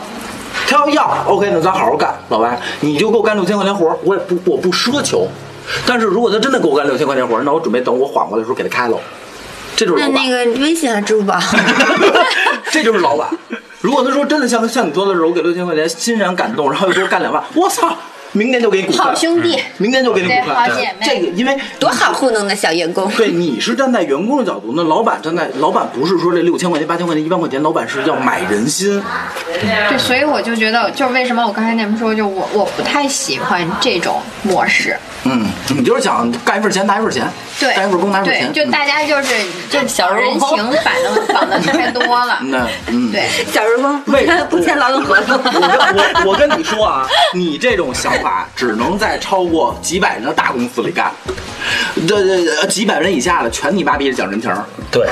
[SPEAKER 1] 他要要，OK，那咱好好干，老白，你就给我干六千块钱活儿，我也不我不奢求。但是如果他真的给我干六千块钱活儿，那我准备等我缓过来的时候给他开喽。这就是
[SPEAKER 4] 那
[SPEAKER 1] 老板。
[SPEAKER 4] 那个微信还啊支付宝？
[SPEAKER 1] 这就是老板。如果他说真的像像你说的时候，我给六千块钱，欣然感动，然后又说干两万，我操，明年就给你股
[SPEAKER 3] 好
[SPEAKER 1] 份，
[SPEAKER 3] 兄弟，
[SPEAKER 1] 明年就给你股
[SPEAKER 3] 对好
[SPEAKER 1] 份。
[SPEAKER 3] 姐妹
[SPEAKER 1] 这个因为
[SPEAKER 4] 多好糊弄的小员工。
[SPEAKER 1] 对，你是站在员工的角度，那老板站在老板不是说这六千块钱、八千块钱、一万块钱，老板是要买人心。嗯
[SPEAKER 3] 对，所以我就觉得，就是为什么我刚才那么说，就我我不太喜欢这种模式。
[SPEAKER 1] 嗯，你就是想干一份钱拿一份钱，
[SPEAKER 3] 对，
[SPEAKER 1] 干一份工拿一份
[SPEAKER 3] 对，
[SPEAKER 1] 钱。
[SPEAKER 3] 就大家就是就
[SPEAKER 7] 小
[SPEAKER 3] 绑
[SPEAKER 7] 时候
[SPEAKER 3] 人情绑的绑的太多了
[SPEAKER 1] 嗯。那嗯，
[SPEAKER 3] 对，
[SPEAKER 4] 小时候不
[SPEAKER 1] 为
[SPEAKER 4] 签不签劳动合同，
[SPEAKER 1] 我跟我我跟你说啊，你这种想法只能在超过几百人的大公司里干，这这这几百人以下的全你妈逼着讲人情儿。
[SPEAKER 5] 对，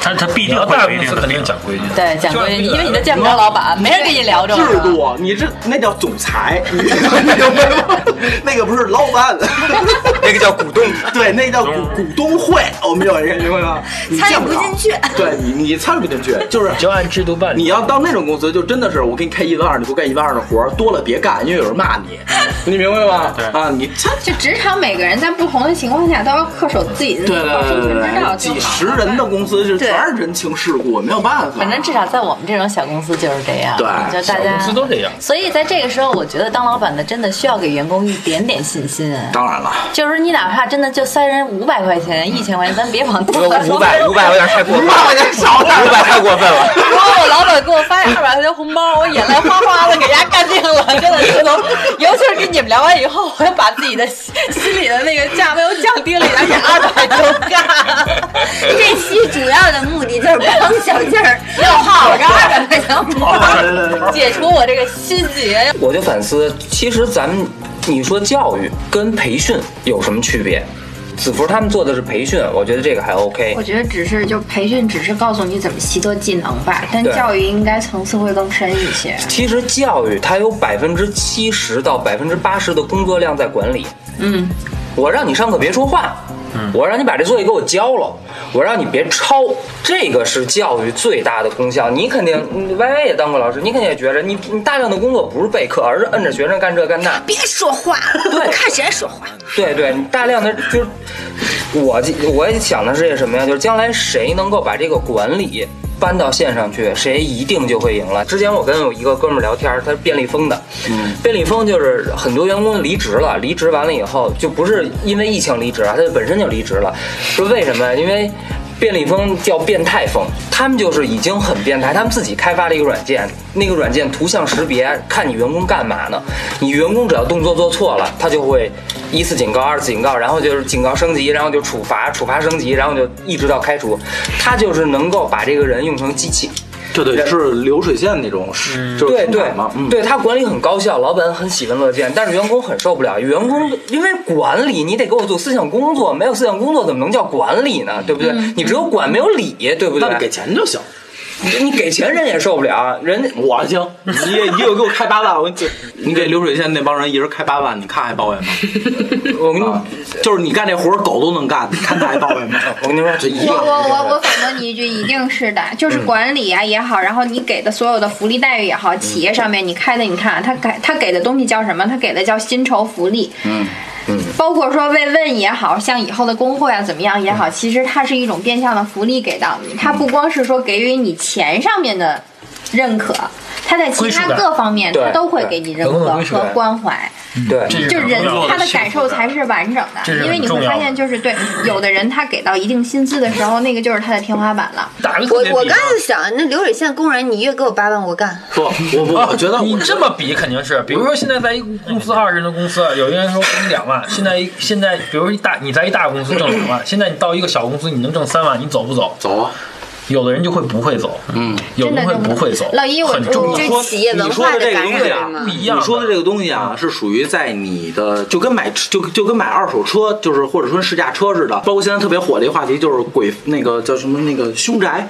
[SPEAKER 8] 他他必
[SPEAKER 5] 你
[SPEAKER 8] 定
[SPEAKER 5] 要
[SPEAKER 8] 会
[SPEAKER 5] 大
[SPEAKER 8] 有一
[SPEAKER 5] 公
[SPEAKER 8] 定
[SPEAKER 5] 司
[SPEAKER 8] 的
[SPEAKER 5] 肯定
[SPEAKER 8] 那个
[SPEAKER 5] 讲规 矩，
[SPEAKER 7] 对讲规矩，因为你都见不着老板，没人跟你聊这
[SPEAKER 1] 制
[SPEAKER 7] 个。
[SPEAKER 1] 度，你这那叫总裁，你明白吗？那个不是老板，
[SPEAKER 6] 那个叫股东，
[SPEAKER 1] 对，那叫股股东会，我们有一个明白吗？你
[SPEAKER 4] 参与
[SPEAKER 1] 见
[SPEAKER 4] 不
[SPEAKER 1] 着
[SPEAKER 4] 进去。
[SPEAKER 1] 对你你参与不进去，就是
[SPEAKER 5] 就按制度办理。
[SPEAKER 1] 你要到那种公司，就真的是我给你开一万二，你给我干一万二的活儿，多了别干，因为有人骂你，你明白吗？
[SPEAKER 8] 对
[SPEAKER 1] 啊，你参
[SPEAKER 3] 就职场每个人在不同的情况下都要恪守自己的
[SPEAKER 1] 对对
[SPEAKER 3] 恪守
[SPEAKER 1] 对对
[SPEAKER 3] 之道
[SPEAKER 1] 对，
[SPEAKER 3] 就好
[SPEAKER 1] 几
[SPEAKER 3] 了
[SPEAKER 1] 十人的公司是
[SPEAKER 4] 对
[SPEAKER 1] 全是人情世故，没有办法。
[SPEAKER 7] 反正至少在我们这种小公司就是这样，
[SPEAKER 1] 对
[SPEAKER 7] 就
[SPEAKER 5] 小
[SPEAKER 7] 大家
[SPEAKER 5] 公司都这样，
[SPEAKER 7] 所以在这个时候，我觉得当老板的真的需要给员工一点点信心。
[SPEAKER 1] 当然了，
[SPEAKER 7] 就是你哪怕真的就塞人五百块钱、一千块钱，咱别往多了说。
[SPEAKER 6] 五百五百有点太过分
[SPEAKER 1] 五
[SPEAKER 6] 了
[SPEAKER 1] 百，块钱少点
[SPEAKER 6] 五百太过分了。
[SPEAKER 7] 如果我老板给我发二百块钱红包，我眼泪哗哗的给人家干净了，真的是能。尤其是跟你们聊完以后，我要把自己的心心里的那个价位又降低了一点，给二百就干。
[SPEAKER 4] 这期主要的目的就是帮小静 儿
[SPEAKER 7] 要号
[SPEAKER 4] 找着二百块钱红包。
[SPEAKER 7] 解除我这个心结。
[SPEAKER 6] 我就反思，其实咱们你说教育跟培训有什么区别？子服他们做的是培训，我觉得这个还 OK
[SPEAKER 3] 我。觉得只是就培训，只是告诉你怎么习得技能吧，但
[SPEAKER 6] 对
[SPEAKER 3] 教育应该层次会更深一些。
[SPEAKER 6] 其实教育它有百分之七十到百分之八十的工作量在管理。嗯，我让你上课别说话，我让你把这作业给我交了，我让你别抄，这个是教育最大的功效。你肯定，你歪歪也当过老师，你肯定也觉着你你大量的工作不是备课，而是摁着学生干这干那。
[SPEAKER 4] 别说 话，我看谁说话。
[SPEAKER 6] 对对，你大量的就是我我想的是什么呀？就是将来谁能够把这个管理搬到线上去，谁一定就会赢了。之前我跟我一个哥们儿聊天儿，他是便利蜂的，嗯，便利蜂就是很多员工离职了，离职完了以后就不是因为疫情离职啊，他就本身就离职了。说为什么呀？因为便利蜂叫变态蜂，他们就是已经很变态，他们自己开发了一个软件，那个软件图像识别，看你员工干嘛呢？你员工只要动作做错了，他就会一次警告、二次警告，然后就是警告升级，然后就处罚，处罚升级，然后就一直到开除。他就是能够把这个人用成机器，
[SPEAKER 1] 这得是流水线那种，是就是
[SPEAKER 6] 对
[SPEAKER 1] 生
[SPEAKER 6] 对
[SPEAKER 1] 产嘛，嗯，
[SPEAKER 6] 对他管理很高效，老板很喜闻乐见，但是员工很受不了。员工因为管理，你得给我做思想工作，没有思想工作怎么能叫管理呢？对不对？你只有管没有理，对不对？
[SPEAKER 1] 嗯那你给钱就行。
[SPEAKER 6] 你给钱人也受不了，啊人家
[SPEAKER 1] 我行，你你有给我开八万，我就你给流水线那帮人一人开八万，你看还抱 怨吗？
[SPEAKER 6] 我跟你、
[SPEAKER 1] 啊，就是你干这活儿狗都能干，你看他还抱 怨吗？
[SPEAKER 6] 我跟你说，
[SPEAKER 1] 这一
[SPEAKER 3] 我
[SPEAKER 1] 定
[SPEAKER 3] 我我我反驳你一句，一定是的，就是管理啊也好，然后你给的所有的福利待遇也好，企业上面你开的，你看啊他给他给的东西叫什么？他给的叫薪酬福利。嗯。包括说慰问也好像以后的工会啊怎么样也好，其实它是一种变相的福利给到你，它不光是说给予你钱上面的认可，它在其
[SPEAKER 5] 归属
[SPEAKER 3] 他
[SPEAKER 5] 感
[SPEAKER 3] 各方面它
[SPEAKER 6] 对
[SPEAKER 3] 都会
[SPEAKER 6] 对
[SPEAKER 3] 给你认
[SPEAKER 5] 有那种
[SPEAKER 3] 可
[SPEAKER 5] 归属
[SPEAKER 3] 和
[SPEAKER 5] 感
[SPEAKER 3] 关怀。
[SPEAKER 6] 对，
[SPEAKER 5] 这
[SPEAKER 3] 就是
[SPEAKER 5] 是
[SPEAKER 3] 人
[SPEAKER 5] 很重要
[SPEAKER 3] 他的
[SPEAKER 8] 幸福
[SPEAKER 3] 感受才是完整
[SPEAKER 5] 这
[SPEAKER 3] 的，
[SPEAKER 5] 是很
[SPEAKER 3] 因为你
[SPEAKER 5] 重
[SPEAKER 3] 会
[SPEAKER 5] 要
[SPEAKER 3] 发
[SPEAKER 5] 的
[SPEAKER 3] 现，就是对有的人他给到一定薪资的时候，那个就是他的天花板了。
[SPEAKER 5] 打个特
[SPEAKER 4] 我
[SPEAKER 5] 别
[SPEAKER 4] 我
[SPEAKER 5] 比
[SPEAKER 4] 刚
[SPEAKER 5] 方
[SPEAKER 4] 才就想，那流水线工人，你月给我八万，我干。
[SPEAKER 1] 不，我我我觉得
[SPEAKER 5] 你
[SPEAKER 1] 我
[SPEAKER 5] 这么比肯定是，比如说现在在一个公司二十人的公司，有一个人说给你两 万，现在一现在比如一大你在一大公司挣两万，现在你到一个小公司你能挣三万，你走不走？
[SPEAKER 1] 走啊，
[SPEAKER 5] 有的人就会不会走，嗯，有
[SPEAKER 3] 真
[SPEAKER 5] 的
[SPEAKER 3] 的
[SPEAKER 5] 人会不会走，
[SPEAKER 3] 老一我
[SPEAKER 5] 很重
[SPEAKER 3] 我
[SPEAKER 5] 要，
[SPEAKER 4] 嗯这企业文
[SPEAKER 1] 你说
[SPEAKER 4] 化
[SPEAKER 1] 的这个
[SPEAKER 4] 感
[SPEAKER 1] 东西
[SPEAKER 4] 染
[SPEAKER 1] 啊
[SPEAKER 4] 嘛，
[SPEAKER 5] 不一样的
[SPEAKER 1] 你说的这个东西啊，是属于在你的就跟买就就跟买二手车，就是或者说试驾车似的。包括现在特别火的一个话题，就是鬼那个叫什么那个凶宅。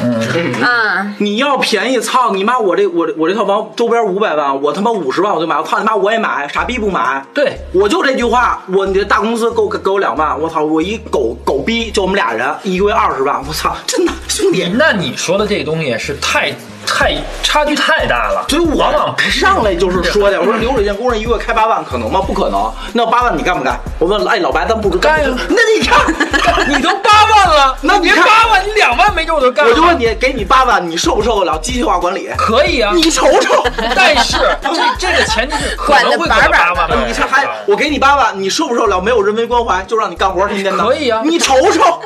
[SPEAKER 4] 嗯
[SPEAKER 1] 嗯
[SPEAKER 4] 啊，
[SPEAKER 1] 你要便宜，操你妈！我这我这我这套房周边五百万，我他妈五十万我就买，我操你妈我也买，傻逼不买。
[SPEAKER 5] 对，
[SPEAKER 1] 我就这句话，我你这大公司给我给我两万，我操，我一狗狗逼，就我们俩人，一个月二十万，我操，真的兄弟，
[SPEAKER 5] 那你说的这东西是太太差距太大了，
[SPEAKER 1] 所以我
[SPEAKER 5] 往往不是
[SPEAKER 1] 上来就是说的，我说流水线工人一个月开八万可能吗？不可能。那八万你干不干？我问了，哎，老白，咱不干呀？那你 看，
[SPEAKER 5] 你都八万 了，
[SPEAKER 1] 那你
[SPEAKER 5] 别
[SPEAKER 1] 看
[SPEAKER 5] 八万，你两万没准我就干了，
[SPEAKER 1] 我就问你，给你八万，你受不受得了机械化管理？
[SPEAKER 5] 可以啊，
[SPEAKER 1] 你瞅瞅，
[SPEAKER 5] 但是这这个前提是可能会给到八万吧，
[SPEAKER 1] 你这还我给你八万，你受不受得了？没有人文关怀，就让你干活儿，天天的。
[SPEAKER 5] 可以啊
[SPEAKER 1] 你瞅 瞅，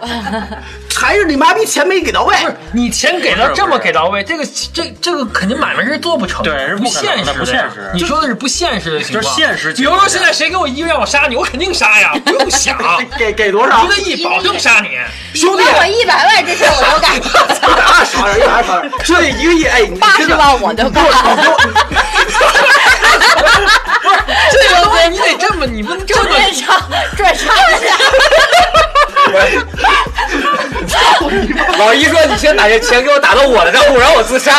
[SPEAKER 1] 还是你妈逼钱没给到位。
[SPEAKER 5] 不是 你钱给到
[SPEAKER 8] 不是
[SPEAKER 5] 这么
[SPEAKER 8] 不是
[SPEAKER 5] 给到位，这个这这个肯定买卖是做不成的，
[SPEAKER 8] 对是
[SPEAKER 5] 不
[SPEAKER 8] 不可能
[SPEAKER 5] 现
[SPEAKER 8] 的
[SPEAKER 5] 实的，
[SPEAKER 8] 不现实
[SPEAKER 5] 你说的是不现实的情况，
[SPEAKER 8] 就是现实
[SPEAKER 5] 比
[SPEAKER 8] 情
[SPEAKER 5] 如
[SPEAKER 8] 况
[SPEAKER 5] 说现在谁给我一个让我杀你，我肯定杀呀，不用 想，
[SPEAKER 1] 给给多少
[SPEAKER 5] 一？个亿保证杀你。
[SPEAKER 1] 兄弟，
[SPEAKER 2] 我一百万这事我都 干。
[SPEAKER 1] 一百万少点，一百万少点。兄弟，一个亿，哎，八
[SPEAKER 2] 80万我就干
[SPEAKER 5] 这个东西你得这么，你不能这么，
[SPEAKER 2] 转场转场一下，
[SPEAKER 6] 老一说你先把这钱给我打到我的账户，然后我自杀。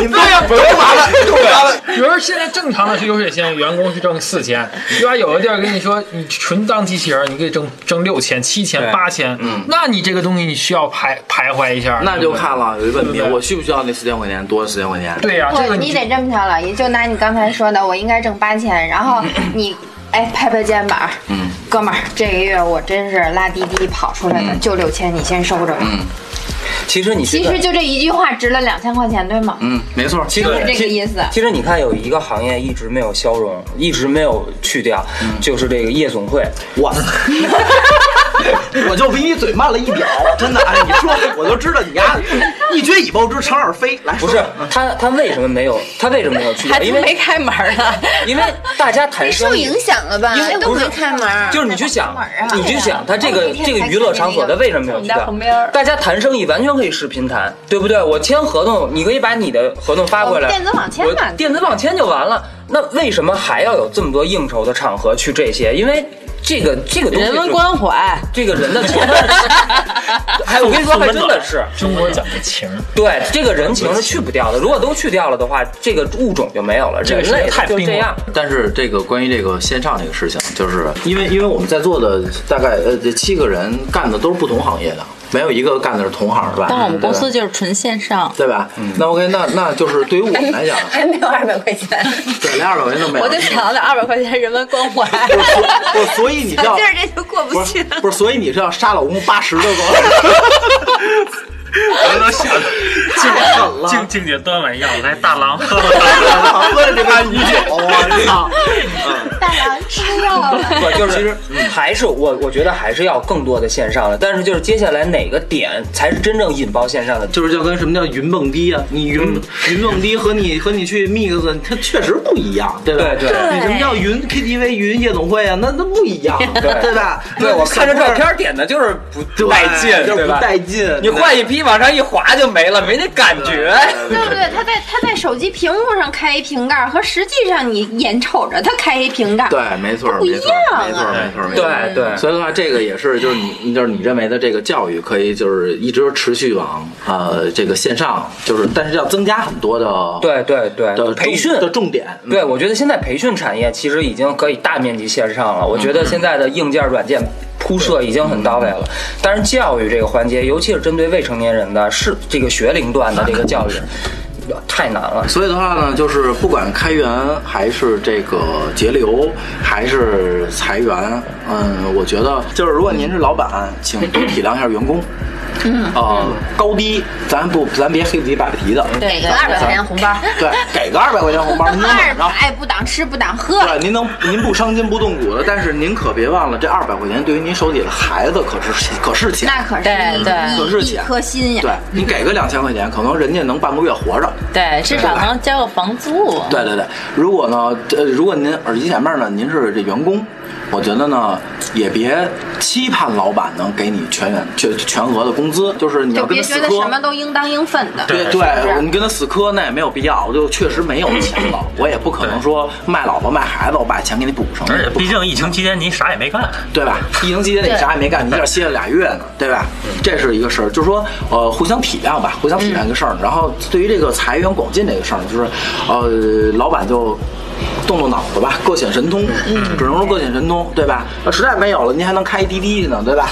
[SPEAKER 1] 你对呀，不用麻烦，不用麻烦。
[SPEAKER 5] 比如说现在正常的去流水线，员工是挣四千，对吧？有的地儿跟你说你纯当机器人，你可以挣挣六千、七千、
[SPEAKER 6] 对
[SPEAKER 5] 八千，那你这个东西你需要徘徘徊一下，
[SPEAKER 1] 嗯那就看了，有一问
[SPEAKER 5] 对
[SPEAKER 1] 题，
[SPEAKER 5] 不对
[SPEAKER 1] 我需不需要那四千块钱？多四千块钱？
[SPEAKER 5] 对呀、
[SPEAKER 3] 不
[SPEAKER 5] 啊这个，
[SPEAKER 3] 你 得这么挑，老爷，就拿你刚才说的，我应该挣八千，然后你。哎，拍拍肩膀，嗯，哥们儿，这个月我真是拉滴滴跑出来的，
[SPEAKER 5] 嗯
[SPEAKER 3] 就六千，你先收着吧。
[SPEAKER 6] 其实你
[SPEAKER 3] 其实就这一句话值了两千块钱，对吗？
[SPEAKER 1] 嗯，没错。
[SPEAKER 6] 其实
[SPEAKER 3] 就是这个意思
[SPEAKER 6] 其实你看，有一个行业一直没有消融，一直没有去掉，
[SPEAKER 1] 嗯
[SPEAKER 6] 就是这个夜总会。
[SPEAKER 1] 我， 我就比你嘴慢了一秒，真的。哎，你说我就知道你丫一撅尾巴之长而飞。来，
[SPEAKER 6] 不
[SPEAKER 1] 说
[SPEAKER 6] 是他，他为什么没有？他为什么没有去掉？
[SPEAKER 7] 还
[SPEAKER 6] 因
[SPEAKER 7] 没
[SPEAKER 6] 为
[SPEAKER 7] 开门呢。
[SPEAKER 6] 因为大家
[SPEAKER 1] 哎
[SPEAKER 6] 谈
[SPEAKER 4] 受
[SPEAKER 6] 生意
[SPEAKER 4] 影，响了吧
[SPEAKER 6] 因为？
[SPEAKER 4] 都
[SPEAKER 6] 不是
[SPEAKER 4] 没开门儿，
[SPEAKER 6] 就是你去想
[SPEAKER 3] 开门啊，
[SPEAKER 6] 你去想，他这
[SPEAKER 3] 我
[SPEAKER 6] 个
[SPEAKER 3] 那天
[SPEAKER 6] 这个
[SPEAKER 3] 才
[SPEAKER 6] 娱乐
[SPEAKER 3] 看见
[SPEAKER 6] 场所，
[SPEAKER 3] 那个
[SPEAKER 6] 他为什么没
[SPEAKER 7] 我
[SPEAKER 6] 有去
[SPEAKER 7] 们家
[SPEAKER 6] 掉
[SPEAKER 7] 旁边儿？
[SPEAKER 6] 大家谈生意完全可以视频谈，对不对？我签合同，你可以把你的合同发过来，
[SPEAKER 3] 我们哦电子网签
[SPEAKER 6] 我
[SPEAKER 3] 嘛
[SPEAKER 6] 电子网签就完了。那为什么还要有这么多应酬的场合去这些？因为这个这个东西
[SPEAKER 7] 人
[SPEAKER 6] 是
[SPEAKER 7] 文关怀，
[SPEAKER 6] 这个 人的情，还我跟你说，还真的是，
[SPEAKER 5] 中国讲的情，
[SPEAKER 6] 对这个人情是去不掉的。如果都去掉了的话，这个物种就没有了，
[SPEAKER 5] 这个
[SPEAKER 6] 人类
[SPEAKER 5] 是太
[SPEAKER 6] 就
[SPEAKER 5] 冰
[SPEAKER 6] 这
[SPEAKER 5] 了
[SPEAKER 6] 样。
[SPEAKER 1] 但是这个关于这个线上这个事情，就是因为因为我们在座的大概呃这七个人干的都是不同行业的，没有一个干的是同行的吧？
[SPEAKER 7] 但我们公司
[SPEAKER 1] 对吧
[SPEAKER 7] 就是纯线上，
[SPEAKER 1] 对吧？那 OK，那那就是对于我们来 讲，
[SPEAKER 4] 还没有二百块钱，
[SPEAKER 1] 对，连二百块钱都没有。
[SPEAKER 7] 我就想那二百块钱人文关怀，
[SPEAKER 1] 不是，不是所以你
[SPEAKER 4] 小
[SPEAKER 1] 叫
[SPEAKER 4] 劲儿这就过不
[SPEAKER 1] 不
[SPEAKER 4] 去
[SPEAKER 1] 是
[SPEAKER 4] 了。
[SPEAKER 1] 不是，所以你是要杀老公八十的吗？
[SPEAKER 8] 我都想
[SPEAKER 1] 太狠了！
[SPEAKER 8] 静静姐端碗药来，大郎喝了。
[SPEAKER 1] 喝了这杯米酒，哦我操！
[SPEAKER 3] 大郎吃药了，
[SPEAKER 6] 不，就是其实嗯还是我，我觉得还是要更多的线上的。但是就是接下来哪个点才是真正引爆线上的？
[SPEAKER 1] 就是叫跟什么叫云蹦迪啊？你云、
[SPEAKER 6] 嗯
[SPEAKER 1] 云蹦迪和你 和你去 mix，它确实不一样，对吧？
[SPEAKER 6] 对对
[SPEAKER 1] 你什么叫云 KTV、云夜总会啊？那那不一样，
[SPEAKER 6] 对
[SPEAKER 1] 对吧？
[SPEAKER 6] 对
[SPEAKER 1] 那
[SPEAKER 6] 我看着
[SPEAKER 1] 小
[SPEAKER 6] 照
[SPEAKER 1] 块儿，
[SPEAKER 6] 片点的就是不
[SPEAKER 1] 对
[SPEAKER 6] 带劲，
[SPEAKER 1] 就是
[SPEAKER 6] 对
[SPEAKER 1] 不
[SPEAKER 6] 吧？
[SPEAKER 1] 带劲。
[SPEAKER 6] 你换一批往上一划就没了，没那感觉。
[SPEAKER 3] 对不对？他在他在手机屏幕上开一瓶盖，和实际上你眼瞅着他开一瓶盖，
[SPEAKER 1] 对，没错，
[SPEAKER 3] 不一
[SPEAKER 1] 没错，
[SPEAKER 3] 样啊
[SPEAKER 1] 没错，没错，没错。
[SPEAKER 6] 对对，
[SPEAKER 1] 所以的话，这个也是就是你就是你认为的这个教育可以就是一直持续往呃这个线上，就是但是要增加很多的
[SPEAKER 6] 对对
[SPEAKER 1] 的
[SPEAKER 6] 对，培
[SPEAKER 1] 重
[SPEAKER 6] 训
[SPEAKER 1] 的重点，
[SPEAKER 6] 对，我觉得现在培训产业其实已经可以大面积线上了。我觉得现在的硬件、软件铺设已经很到位了，但是教育这个环节，尤其是针对未成年人的，是这个学龄段的这个教育。太难了。
[SPEAKER 1] 所以的话呢，就是不管开源还是这个节流，还是裁员，嗯，我觉得就是如果您是老板，请多体谅一下员工。嗯，呃，高低咱不咱别黑不提白不提的，
[SPEAKER 2] 对
[SPEAKER 4] 给
[SPEAKER 2] 对
[SPEAKER 4] 个二百块钱红包，
[SPEAKER 1] 对，给个二百块钱红包，您能
[SPEAKER 3] 二
[SPEAKER 1] 怎么着？
[SPEAKER 3] 百不挡吃不挡喝，
[SPEAKER 1] 对，您能您不伤筋不动骨的，但是您可别忘了，这二百块钱对于您手底下的孩子可是可是钱，
[SPEAKER 3] 那可是
[SPEAKER 2] 对对
[SPEAKER 1] 可是
[SPEAKER 3] 一一
[SPEAKER 1] 钱。
[SPEAKER 3] 颗心呀。
[SPEAKER 1] 对你给个两千块钱，可能人家能半个月活着。
[SPEAKER 2] 对，至少能交个房租。
[SPEAKER 1] 对对对，如果呢，呃，如果您耳机前面呢，您是这员工，我觉得呢，也别期盼老板能给你全员全全额的工资，就是你要
[SPEAKER 3] 就
[SPEAKER 1] 跟
[SPEAKER 3] 别
[SPEAKER 1] 他
[SPEAKER 3] 觉
[SPEAKER 1] 死
[SPEAKER 3] 得
[SPEAKER 1] 磕
[SPEAKER 3] 什。么都应当应分的。
[SPEAKER 1] 对对，你跟他死磕那也没有必要，就确实没有钱 了，我也不可能说卖老婆卖孩子，我把钱给你补上。
[SPEAKER 8] 而
[SPEAKER 1] 也
[SPEAKER 8] 且
[SPEAKER 1] 不可能
[SPEAKER 8] 毕竟疫情期间你啥也没干，
[SPEAKER 1] 对吧？疫情期间你啥也没干，你一下歇了俩月呢，对吧？这是一个事儿，就是说，呃，互相体谅吧，互相体谅一个事儿。然后对于这个财源广进这个事儿，就是，呃，老板就。动动脑子吧，各显神通，只能说各显神通，对吧？呃实在没有了，您还能开一滴滴去呢，对吧？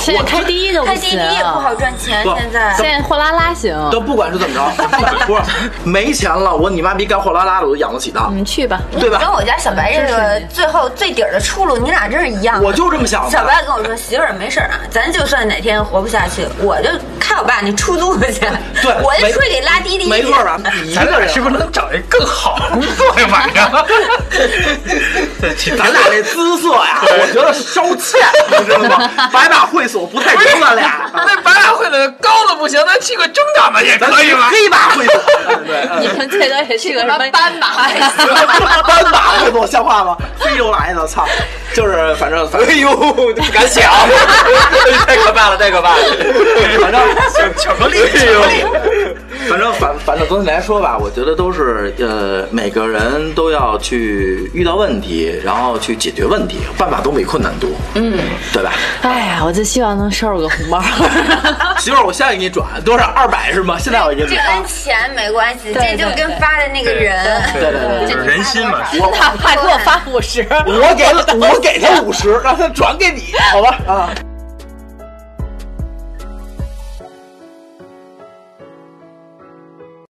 [SPEAKER 2] 现在开第一就不
[SPEAKER 4] 开滴滴
[SPEAKER 2] 行，
[SPEAKER 4] 也不好赚钱，
[SPEAKER 1] 不
[SPEAKER 4] 现在
[SPEAKER 2] 现。在货拉拉行，
[SPEAKER 1] 都不管是怎么着，不管不是没钱了，我你妈逼干货拉拉的我都养得起的，
[SPEAKER 7] 嗯
[SPEAKER 2] 你去吧。
[SPEAKER 1] 对
[SPEAKER 4] 跟
[SPEAKER 3] 嗯
[SPEAKER 1] 吧？
[SPEAKER 4] 我家小白这个最后最底儿的出路，你俩真是一样的。
[SPEAKER 1] 我就这么想的。
[SPEAKER 4] 小白跟我说：“媳妇儿没事儿啊，咱就算哪天活不下去，我就开我爸那出租去，
[SPEAKER 1] 对
[SPEAKER 4] 我就
[SPEAKER 1] 没
[SPEAKER 4] 出去给拉滴滴去。”
[SPEAKER 1] 没错啊 吧？一
[SPEAKER 8] 咱
[SPEAKER 1] 个
[SPEAKER 8] 俩
[SPEAKER 1] 人
[SPEAKER 8] 是不是能找一更好的工作呀？晚上，
[SPEAKER 1] 咱俩这姿色呀， 我觉得稍欠，你知道吗？白马会所不
[SPEAKER 6] 哎
[SPEAKER 1] 太中咱俩，
[SPEAKER 8] 那白俩会的高的不行，咱去个中档的也
[SPEAKER 1] 咱
[SPEAKER 8] 可以
[SPEAKER 1] 去
[SPEAKER 8] 吧？
[SPEAKER 1] 黑马 会所， 对，
[SPEAKER 2] 你们最多也去个什么
[SPEAKER 3] 斑马会所
[SPEAKER 1] 斑马会所像话吗？非洲来的，操！就是反正反正
[SPEAKER 6] 哎呦，不敢想， 太可怕了，太可怕了。
[SPEAKER 1] 反 正哎
[SPEAKER 8] 巧克力，巧克力。
[SPEAKER 1] 反正反反正总体来说吧，我觉得都是呃，每个人都要去遇到问题，然后去解决问题，办法总比困难多，嗯，对吧？
[SPEAKER 2] 哎呀，我就希望能收着个红包。
[SPEAKER 1] 媳妇儿，我现在给你转多少？二百是吗？现在我给你
[SPEAKER 4] 这
[SPEAKER 1] 转。
[SPEAKER 4] 跟钱没关系，
[SPEAKER 2] 对
[SPEAKER 4] 这就跟发的那个人，
[SPEAKER 1] 对对对，
[SPEAKER 8] 就是人心嘛。
[SPEAKER 1] 我
[SPEAKER 2] 哪怕给我发五十，
[SPEAKER 1] 我给了，我给他五十，让他转给你，好吧？啊，